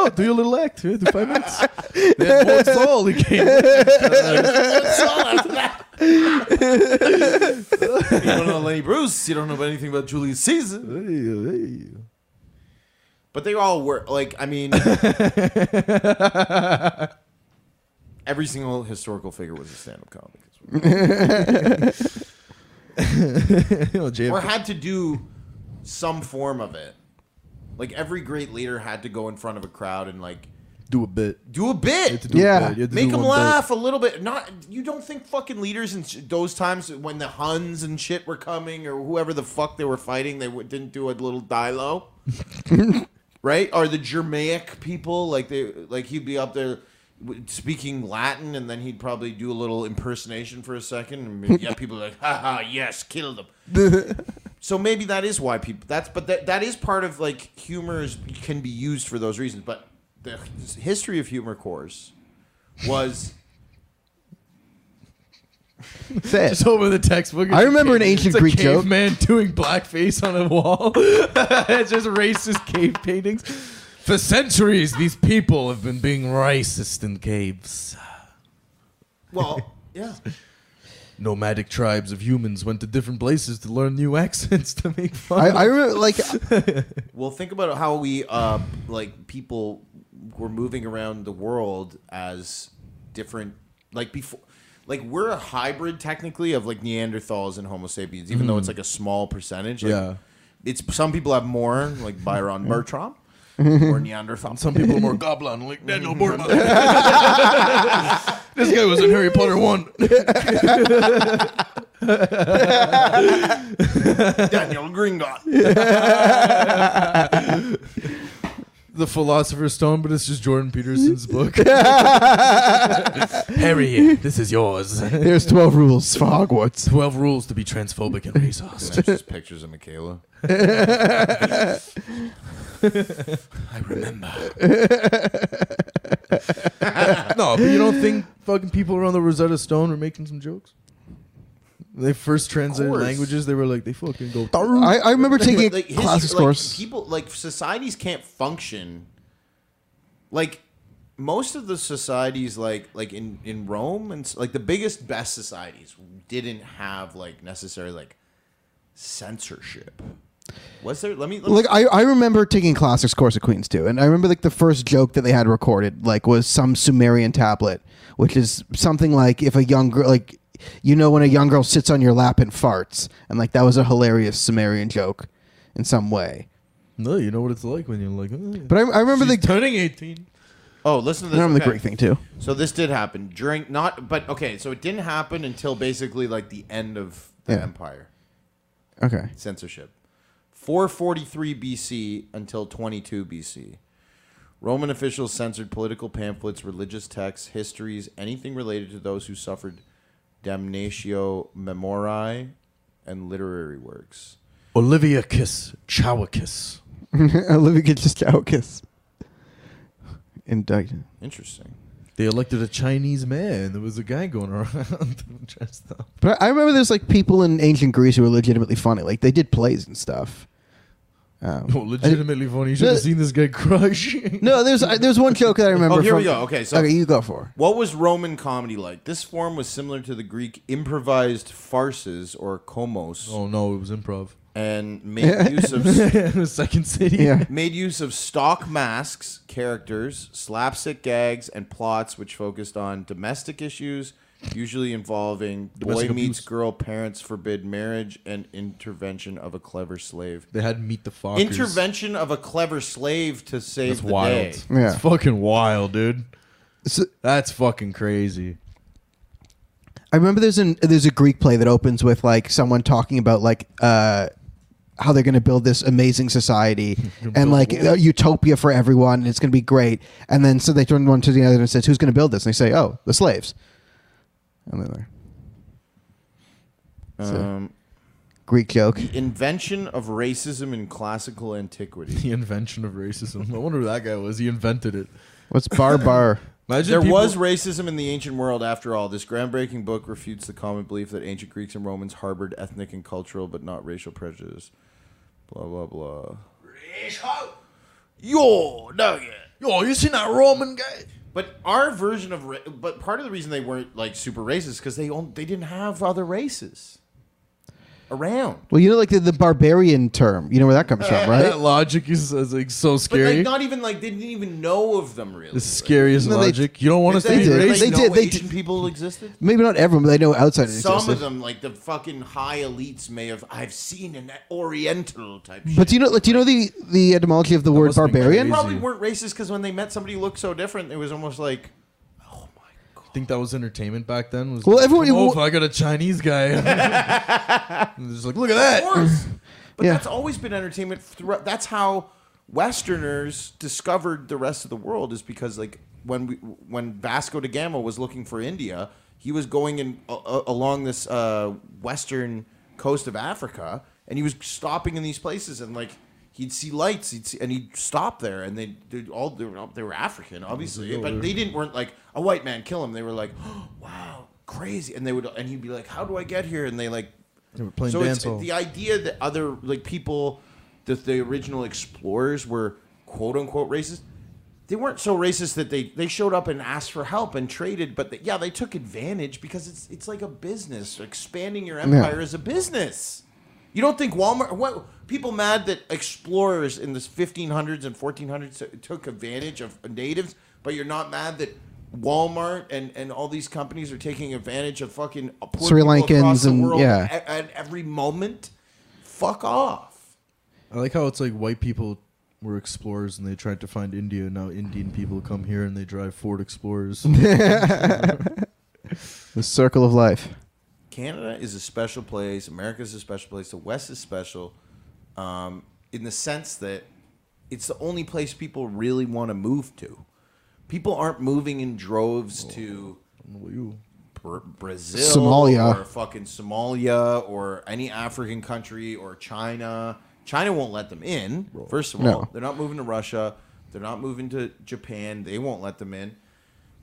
Speaker 2: "Oh, do your little act. Yeah, do five minutes." Then Lord Saul, he came.
Speaker 1: You don't know Lenny Bruce. You don't know anything about Julius Caesar. But they all were like I mean every single historical figure was a stand up comic as well.
Speaker 2: You know,
Speaker 1: or
Speaker 2: JFK.
Speaker 1: had to do some form of it. Like every great leader had to go in front of a crowd and like
Speaker 2: do a bit.
Speaker 1: do a
Speaker 2: You had
Speaker 1: bit.
Speaker 2: to do a
Speaker 3: Yeah.
Speaker 2: bit. You had to
Speaker 1: Make
Speaker 2: do
Speaker 1: them
Speaker 2: one bit.
Speaker 1: laugh a little bit. Not you don't think fucking leaders in sh- those times when the Huns and shit were coming or whoever the fuck they were fighting, they w- didn't do a little dialo, right? Or the Germanic people, like they like he'd be up there w- speaking Latin, and then he'd probably do a little impersonation for a second, and maybe- yeah, people are like, ha ha, yes, kill them. So maybe that is why people. That's but that that is part of like humor is, can be used for those reasons. But the h- history of humor course was
Speaker 3: Say it.
Speaker 2: Just open the textbook.
Speaker 3: I remember an
Speaker 2: It's
Speaker 3: ancient
Speaker 2: a
Speaker 3: Greek joke.
Speaker 2: caveman doing blackface on a wall. it's just racist cave paintings. For centuries, these people have been being racist in caves.
Speaker 1: well, yeah,
Speaker 2: Nomadic tribes of humans went to different places to learn new accents to make fun.
Speaker 3: I,
Speaker 2: of.
Speaker 3: I remember, like,
Speaker 1: Well, think about how we, uh, like, people were moving around the world as different, like before, like we're a hybrid technically of like Neanderthals and Homo sapiens, even though it's like a small percentage. Like,
Speaker 2: Mm. Yeah.
Speaker 1: it's some people have more, like Byron Bertram, or Neanderthal.
Speaker 2: Some people are more goblin, like Daniel Bournemouth. this guy was in Harry Potter one.
Speaker 1: Daniel Gringot.
Speaker 2: The Philosopher's Stone, but it's just Jordan Peterson's book. Harry, this is yours.
Speaker 3: there's 12 rules for Hogwarts.
Speaker 2: 12 rules to be transphobic and racist.
Speaker 1: There's just pictures of Michaela.
Speaker 2: I remember. no, but you don't think fucking people around the Rosetta Stone were making some jokes? They first translated
Speaker 1: course.
Speaker 2: languages, they were like, they fucking go.
Speaker 3: I, I remember taking
Speaker 1: like,
Speaker 3: a
Speaker 1: his-
Speaker 3: classics
Speaker 1: like,
Speaker 3: course.
Speaker 1: People like societies can't function. Like most of the societies, like like in in Rome and s- like the biggest best societies didn't have like necessarily like censorship. Was there? Let me. Let me
Speaker 3: like I, I remember taking classics course at Queens too, and I remember like the first joke that they had recorded like was some Sumerian tablet, which is something like if a young girl like you know when a young girl sits on your lap and farts, and like that was a hilarious Sumerian joke in some way.
Speaker 2: No, you know what it's like when you're like, eh.
Speaker 3: But I, I remember
Speaker 2: She's
Speaker 3: the
Speaker 2: turning 18.
Speaker 1: oh, listen to
Speaker 3: I
Speaker 1: this.
Speaker 3: remember
Speaker 1: okay.
Speaker 3: the Greek thing too.
Speaker 1: So this did happen during not, but okay. So it didn't happen until basically like the end of the
Speaker 3: Yeah.
Speaker 1: empire
Speaker 3: Okay,
Speaker 1: censorship. 443 BC until 22 BC. Roman officials censored political pamphlets, religious texts, histories, anything related to those who suffered damnatio memoriae and literary works.
Speaker 2: Olivia Kiss, Chowa Kiss.
Speaker 3: Olivia could just out kiss. Indicted.
Speaker 1: Interesting.
Speaker 2: They elected a Chinese mayor, and there was a guy going around dressed up.
Speaker 3: But I remember there's like people in ancient Greece who were legitimately funny. Like they did plays and stuff. Um,
Speaker 2: Oh, legitimately funny. You should have
Speaker 3: The-
Speaker 2: seen this guy crushing.
Speaker 3: No, there's I, there's one joke that I remember.
Speaker 1: Oh, here we
Speaker 3: from-
Speaker 1: go. Okay, so-
Speaker 3: okay, you go for.
Speaker 1: What was Roman comedy like? This form was similar to the Greek improvised farces or komos
Speaker 2: Oh, no, it was improv.
Speaker 1: and made use of
Speaker 2: In the second city.
Speaker 3: it. Yeah,
Speaker 1: made use of stock masks, characters, slapstick gags, and plots which focused on domestic issues, usually involving
Speaker 2: Domestic
Speaker 1: boy meets
Speaker 2: abuse.
Speaker 1: girl, parents forbid marriage, and intervention of a clever slave.
Speaker 2: They had meet the Fockers.
Speaker 1: Intervention of a clever slave to save
Speaker 2: That's
Speaker 1: the
Speaker 2: wild.
Speaker 1: day.
Speaker 3: Yeah.
Speaker 2: It's fucking wild, dude.
Speaker 3: So-
Speaker 2: That's fucking crazy.
Speaker 3: I remember there's an there's a Greek play that opens with like someone talking about like uh, how they're going to build this amazing society and like a utopia for everyone. And it's going to be great. And then so they turn one to the other and says, "Who's going to build this?" And they say, "Oh, the slaves." And then So-
Speaker 1: Um,
Speaker 3: Greek joke.
Speaker 1: the invention of racism in classical antiquity.
Speaker 2: The invention of racism. I wonder who that guy was. He invented it.
Speaker 3: What's barbar?
Speaker 2: Imagine
Speaker 1: There
Speaker 2: people-
Speaker 1: was racism in the ancient world after all. This groundbreaking book refutes the common belief that ancient Greeks and Romans harbored ethnic and cultural but not racial prejudice. Blah blah blah. Yo, nugget.
Speaker 2: Yo, Oh, you seen that Roman guy?
Speaker 1: But our version of ra- but part of the reason they weren't like super racist because they on- they didn't have other races around.
Speaker 3: well, you know, like the, the barbarian term. You know where that comes from, right?
Speaker 2: That logic is, is, like so
Speaker 1: But
Speaker 2: scary.
Speaker 1: like not even like they didn't even know of them really.
Speaker 2: the scariest
Speaker 3: No, they-
Speaker 2: logic. you don't want us to
Speaker 1: they,
Speaker 2: be
Speaker 3: did.
Speaker 1: really
Speaker 2: racist.
Speaker 3: They
Speaker 1: know
Speaker 3: did, they
Speaker 1: Asian people existed.
Speaker 3: Maybe not everyone, but they know outside it
Speaker 1: Some
Speaker 3: existed.
Speaker 1: of them, like the fucking high elites, may have. I've seen an Oriental type.
Speaker 3: But
Speaker 1: shit.
Speaker 3: do you know? Like, do you know the the etymology of the word
Speaker 2: must have been
Speaker 3: barbarian?
Speaker 1: They probably weren't racist because when they met somebody who looked so different, it was almost like, oh my god.
Speaker 2: think that was entertainment back then. Was
Speaker 3: Well,
Speaker 2: like,
Speaker 3: everyone-
Speaker 2: "Come over, I got a Chinese guy. And just like, look at
Speaker 1: Of
Speaker 2: that.
Speaker 1: course. But
Speaker 3: Yeah.
Speaker 1: that's always been entertainment. Throughout. That's how Westerners discovered the rest of the world is because like when we when Vasco da Gama was looking for India, he was going in a, a- along this uh, western coast of Africa, and he was stopping in these places and like. He'd see lights, he'd see, and he'd stop there, and they they'd all they were, they were African, obviously, but they didn't weren't like a white man kill him. They were like, wow, crazy, and they would, and he'd be like, how do I get here? And they like
Speaker 2: They were playing
Speaker 1: so it's
Speaker 2: dancehall.
Speaker 1: the idea that other like people that the original explorers were quote unquote racist they weren't so racist that they they showed up and asked for help and traded but they, yeah they took advantage because it's it's like a business expanding your empire is a business you don't think walmart what people mad that explorers in the 1500s and 1400s t- took advantage of natives but you're not mad that Walmart and, and all these companies are taking advantage of fucking uh, poor
Speaker 3: Sri
Speaker 1: people across
Speaker 3: Lankans
Speaker 1: the
Speaker 3: and-
Speaker 1: world
Speaker 3: yeah.
Speaker 1: at, at every moment. Fuck off.
Speaker 2: I like how it's like white people were explorers and they tried to find India. and Now Indian people come here and they drive Ford Explorers.
Speaker 3: The circle of life.
Speaker 1: Canada is a special place. America is a special place. The West is special, um, in the sense that it's the only place people really want to move to. People aren't moving in droves to
Speaker 2: You-
Speaker 1: Br- Brazil,
Speaker 3: Somalia.
Speaker 1: or fucking Somalia, or any African country, or China. China won't let them in. First of all,
Speaker 3: No.
Speaker 1: they're not moving to Russia. They're not moving to Japan. They won't let them in.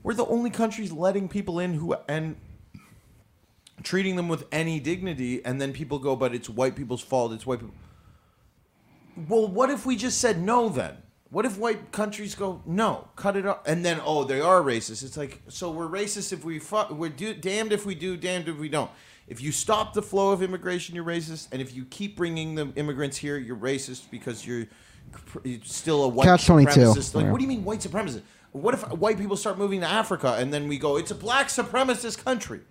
Speaker 1: We're the only countries letting people in who and treating them with any dignity, and then people go, "But it's white people's fault. It's white people." Well, what if we just said no then? What if white countries go no, cut it off, and then oh, they are racist? It's like so we're racist if we fuck. We're do- damned if we do, damned if we don't. If you stop the flow of immigration, you're racist, and if you keep bringing the immigrants here, you're racist because you're pr- you're still a white
Speaker 3: Catch 22.
Speaker 1: supremacist. Like,
Speaker 3: Yeah.
Speaker 1: what do you mean white supremacist? What if white people start moving to Africa and then we go, it's a black supremacist country?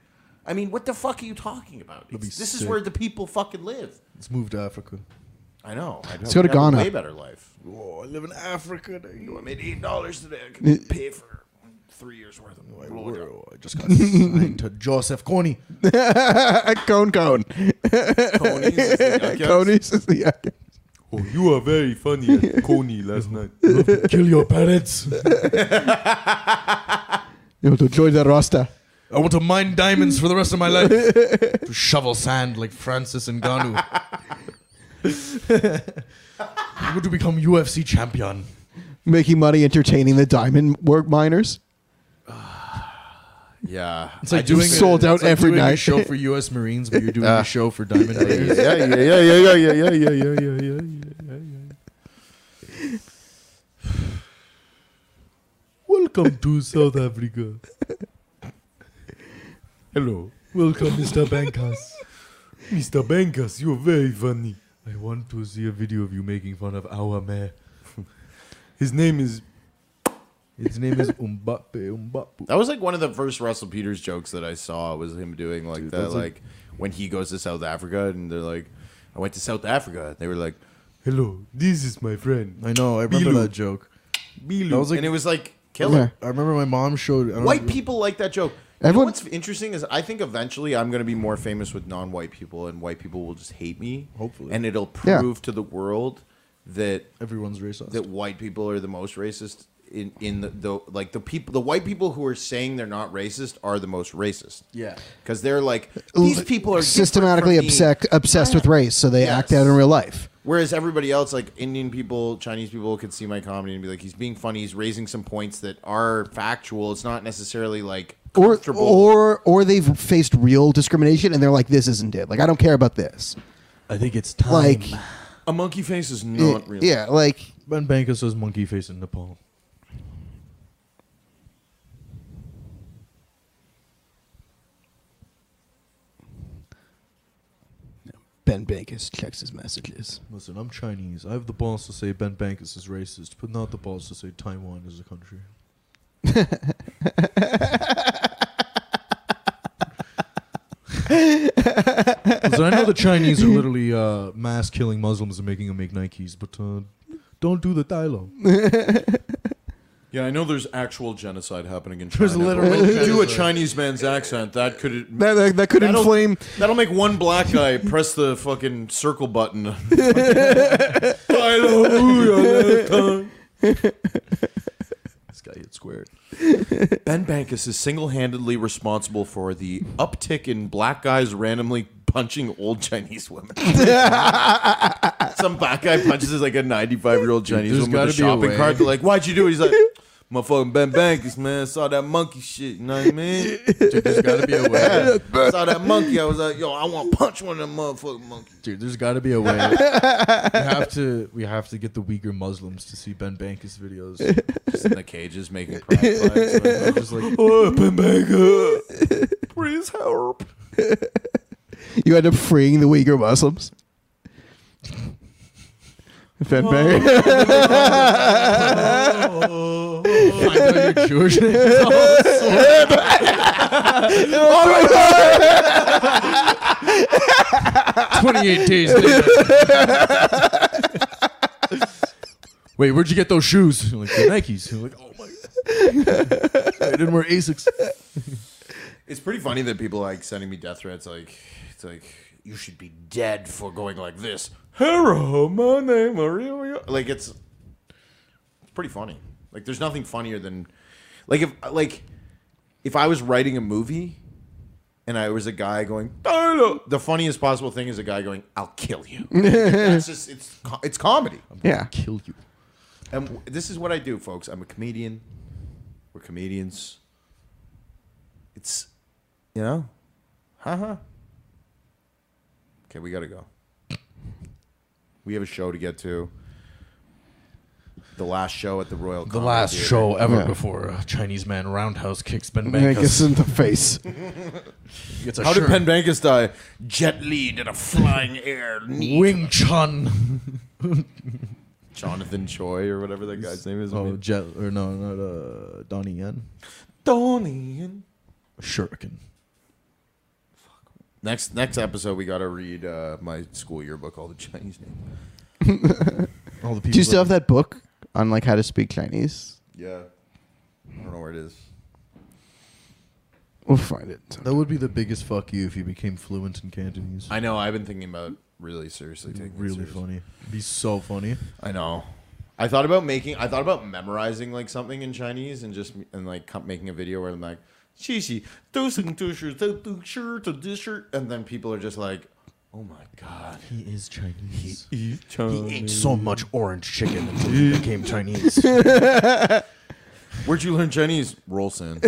Speaker 1: I mean, what the fuck are you talking about?
Speaker 2: be
Speaker 1: It's- This is
Speaker 2: sick.
Speaker 1: where the people fucking live.
Speaker 2: Let's move to Africa.
Speaker 1: I know. I know.
Speaker 3: Let's go to
Speaker 1: We have a
Speaker 3: Ghana.
Speaker 1: Way better life.
Speaker 2: Oh, I live in Africa.
Speaker 1: You want me to eight dollars today? I can pay for three years worth of blow it up.
Speaker 2: I just got signed to Joseph Kony.
Speaker 3: cone, cone,
Speaker 1: Ponies is the yuck yucks.
Speaker 3: conies is the
Speaker 4: Oh, you are very funny at Coney last night.
Speaker 2: Kill your parents.
Speaker 3: You know, to join the roster.
Speaker 2: I want to mine diamonds for the rest of my life. to shovel sand like Francis and Ganu. I'm going to become UFC champion.
Speaker 3: making money entertaining the diamond work miners.
Speaker 1: Yeah,
Speaker 2: It's like
Speaker 1: I
Speaker 2: doing
Speaker 1: just-
Speaker 2: a-
Speaker 3: sold out
Speaker 2: it's like
Speaker 3: every
Speaker 2: doing a
Speaker 3: night. Ah.
Speaker 2: show for U.S. Marines, but you're doing a show for diamond miners.
Speaker 4: yeah, yeah, yeah, yeah, yeah, yeah, yeah, yeah, yeah, yeah, yeah, yeah, yeah.
Speaker 2: Welcome to South Africa.
Speaker 4: Hello,
Speaker 2: Welcome, Mr. Bankas.
Speaker 4: Mr. Bankas, you are very funny.
Speaker 2: I want to see a video of you making fun of our mayor.
Speaker 4: His name is
Speaker 2: His name is Umbappe Umbapu.
Speaker 1: That was like one of the first Russell Peters jokes that I saw was him doing like that,
Speaker 2: that's a-
Speaker 1: like when he goes to South Africa and they're like, "I went to South Africa." They were like,
Speaker 4: Hello. This is my friend
Speaker 2: I know. I remember
Speaker 4: Bilu.
Speaker 2: that joke.
Speaker 4: Bilu.
Speaker 2: That was like-
Speaker 1: and it was like killer.
Speaker 2: I remember my mom showed I don't
Speaker 1: White
Speaker 2: remember-
Speaker 1: people like that joke. You know
Speaker 3: Everyone,
Speaker 1: what's interesting is I think eventually I'm going to be more famous with non-white people, and white people will just hate me.
Speaker 2: Hopefully.
Speaker 1: and it'll
Speaker 3: Yeah.
Speaker 1: prove to the world that
Speaker 2: Everyone's racist.
Speaker 1: that white people are the most racist in in the, the like the people the white people who are saying they're not racist are the most racist.
Speaker 2: Yeah.
Speaker 1: because they're like these people are different
Speaker 3: systematically
Speaker 1: from me."
Speaker 3: obsessed obsessed with race, so they act
Speaker 1: Yes.
Speaker 3: out in real life.
Speaker 1: Whereas everybody else, like Indian people, Chinese people, could see my comedy and be like, "He's being funny. He's raising some points that are factual. It's not necessarily like
Speaker 3: Or,
Speaker 1: comfortable."
Speaker 3: or or they've faced real discrimination and they're like, this isn't it. Like, I don't care about this.
Speaker 2: I think it's time.
Speaker 3: Like,
Speaker 1: a monkey face is not real.
Speaker 3: yeah, like,
Speaker 2: Ben Banker says monkey face in Nepal.
Speaker 3: Ben Bakus checks his messages.
Speaker 2: Listen, I'm Chinese. I have the balls to say Ben Bankers is racist, but not the balls to say Taiwan is a country. Listen, I know the Chinese are literally uh, mass killing Muslims and making them make Nikes, but uh, don't do the dialogue.
Speaker 1: Yeah, I know there's actual genocide happening in China.
Speaker 2: There's
Speaker 1: but
Speaker 2: literal
Speaker 1: when you do a
Speaker 2: genocide.
Speaker 1: Chinese man's accent, that could
Speaker 3: That, that, that could
Speaker 1: That'll-
Speaker 3: inflame.
Speaker 1: that'll make one black guy press the fucking circle button. Hallelujah.
Speaker 2: This guy gets squared.
Speaker 1: ben Bankus is single-handedly responsible for the uptick in black guys randomly punching old Chinese women. Some black guy punches like a 95-year-old Chinese
Speaker 2: there's
Speaker 1: woman
Speaker 2: gotta
Speaker 1: with a
Speaker 2: be a
Speaker 1: shopping
Speaker 2: way.
Speaker 1: cart. They're like, "Why'd you do it?" He's like, "Motherfucking Ben Bankus, man, saw that monkey shit. You know what I mean?"
Speaker 2: Dude, there's gotta be a way.
Speaker 1: I saw that monkey. I was like, yo, I want to punch one of them motherfucking monkeys.
Speaker 2: Dude, there's gotta be a way. we have to we have to get the Uyghur Muslims to see Ben Bankers videos.
Speaker 1: Just in the cages making pride flags.
Speaker 2: They're just like
Speaker 1: Please help.
Speaker 3: You end up freeing the Uyghur Muslims. Ben Bakus.
Speaker 1: Oh,
Speaker 2: find out you're Jewish. Oh, Twenty-eight days later. Wait, where'd you get those shoes? I'm like "They're Nikes. I'm like, oh my. I didn't wear Asics.
Speaker 1: It's pretty funny that people like sending me death threats. Like, it's like you should be dead for going like this. Hello, my name Maria. Like, it's it's pretty funny. Like, there's nothing funnier than like if like if I was writing a movie and I was a guy going. "Tyler," The funniest possible thing is a guy going, "I'll kill you." That's just it's co- it's comedy.
Speaker 3: Yeah.
Speaker 2: Kill you.
Speaker 1: And w- this is what I do, folks. I'm a comedian. We're comedians. It's, you know, ha ha. Okay, we gotta go. We have a show to get to. The last show at the Royal.
Speaker 2: The
Speaker 1: Comedy
Speaker 2: last
Speaker 1: Theatre.
Speaker 2: show ever
Speaker 3: Yeah.
Speaker 2: before a Chinese man roundhouse kicks Ben
Speaker 3: Bakus
Speaker 2: Bankers.
Speaker 3: in the face.
Speaker 2: Gets a
Speaker 1: How
Speaker 2: shirt.
Speaker 1: did Penn Bankus die? Jet Li did a flying air. knee.
Speaker 2: Wing Chun?
Speaker 1: Jonathan Choi or whatever that guy's name is. I
Speaker 2: Oh,
Speaker 1: mean,
Speaker 2: Jet or no, not uh, Donnie Yen. Oh,
Speaker 1: Donnie. and-
Speaker 2: Shuriken.
Speaker 1: Next next episode, we gotta read uh, my school yearbook, all the Chinese names.
Speaker 2: All the people.
Speaker 3: Do you still
Speaker 2: that-
Speaker 3: have that book on like how to speak Chinese?
Speaker 1: Yeah, I don't know where it is.
Speaker 3: We'll find it.
Speaker 2: That would be the biggest fuck you if you became fluent in Cantonese.
Speaker 1: I know. I've been thinking about really seriously taking it
Speaker 2: really
Speaker 1: serious.
Speaker 2: funny. be so funny.
Speaker 1: I know. I thought about making. I thought about memorizing like something in Chinese and just and like com- making a video where I'm like, "Xi do some do shirt, do do shirt, do this shirt," and then people are just like, "Oh my god."
Speaker 2: He is Chinese.
Speaker 4: Eat
Speaker 2: He
Speaker 4: Chinese.
Speaker 2: ate so much orange chicken until he became Chinese.
Speaker 1: Where'd you learn Chinese? Rolson.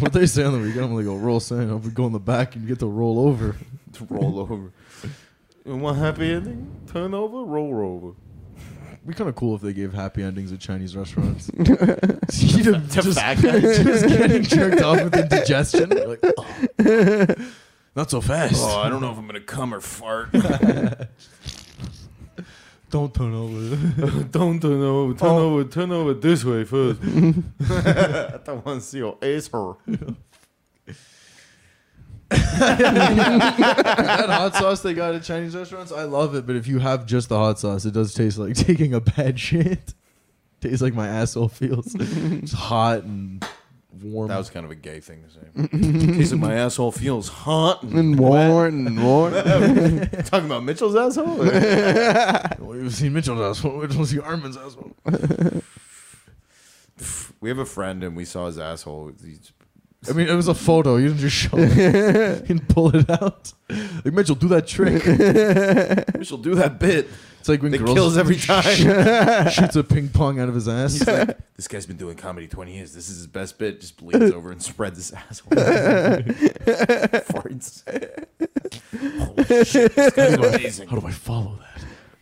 Speaker 2: what they say on the weekend? I'm like, oh, roll sand. I'll go in the back and you get to roll over.
Speaker 1: roll over.
Speaker 4: And what happy ending? Turn over, roll over.
Speaker 2: It'd be kind of cool if they gave happy endings at Chinese restaurants. You'd have
Speaker 1: To
Speaker 2: just,
Speaker 1: fat guy.
Speaker 2: just getting jerked off with indigestion. You're Like, oh, not so fast.
Speaker 1: Oh, I don't know if I'm gonna come or fart.
Speaker 2: Don't turn over.
Speaker 4: Don't turn over, turn
Speaker 1: Oh.
Speaker 4: over, turn over this way first.
Speaker 1: I don't want to see your asshole.
Speaker 2: that hot sauce they got at Chinese restaurants, I love it. But if you have just the hot sauce, it does taste like taking a bad shit. Tastes like my asshole feels. it's hot and warm.
Speaker 1: That was kind of a gay thing to say. he said, "My asshole feels hot." And
Speaker 3: And Warren and Warren.
Speaker 1: talking about Mitchell's asshole.
Speaker 2: well, you've seen Mitchell's asshole. Mitchell's the Armin's asshole.
Speaker 1: we have a friend, and we saw his asshole. He's-
Speaker 2: I mean, it was a photo. You didn't just show it and pull it out. Like Mitchell, do that trick.
Speaker 1: Mitchell, do that bit.
Speaker 2: It's like when
Speaker 1: That
Speaker 2: girls
Speaker 1: kills every time.
Speaker 2: shoots a ping pong out of his ass.
Speaker 1: He's like, this guy's been doing comedy 20 years. This is his best bit. Just bleeds over and spreads his asshole. Farts. Holy shit, this guy's amazing.
Speaker 2: How do I follow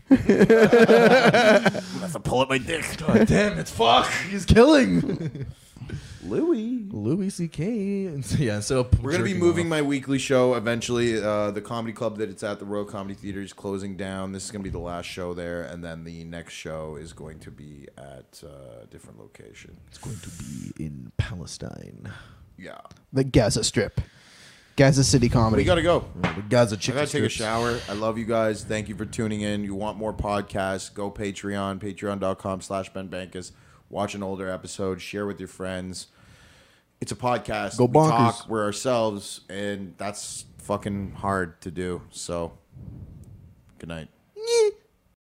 Speaker 2: that?
Speaker 1: I have to pull up my dick.
Speaker 2: God damn it! Fuck! He's killing
Speaker 1: Louis.
Speaker 2: Louis C.K. And so, yeah, so
Speaker 1: We're going to be moving my weekly show eventually. Uh, the comedy club that it's at, the Royal Comedy Theater, is closing down. This is going to be the last show there. And then the next show is going to be at uh, a different location.
Speaker 2: It's going to be in Palestine.
Speaker 1: Yeah.
Speaker 3: the Gaza Strip. Gaza City
Speaker 1: We
Speaker 3: comedy.
Speaker 1: got to go.
Speaker 2: The Gaza
Speaker 1: I
Speaker 2: chicken.
Speaker 1: gotta take a shower. I love you guys. Thank you for tuning in. You want more podcasts? Go Patreon, patreon.com slash Ben Bankus. Watch an older episode, share with your friends. It's a podcast.
Speaker 2: Go
Speaker 1: We
Speaker 2: bonkers.
Speaker 1: talk, we're ourselves, and that's fucking hard to do. So good night.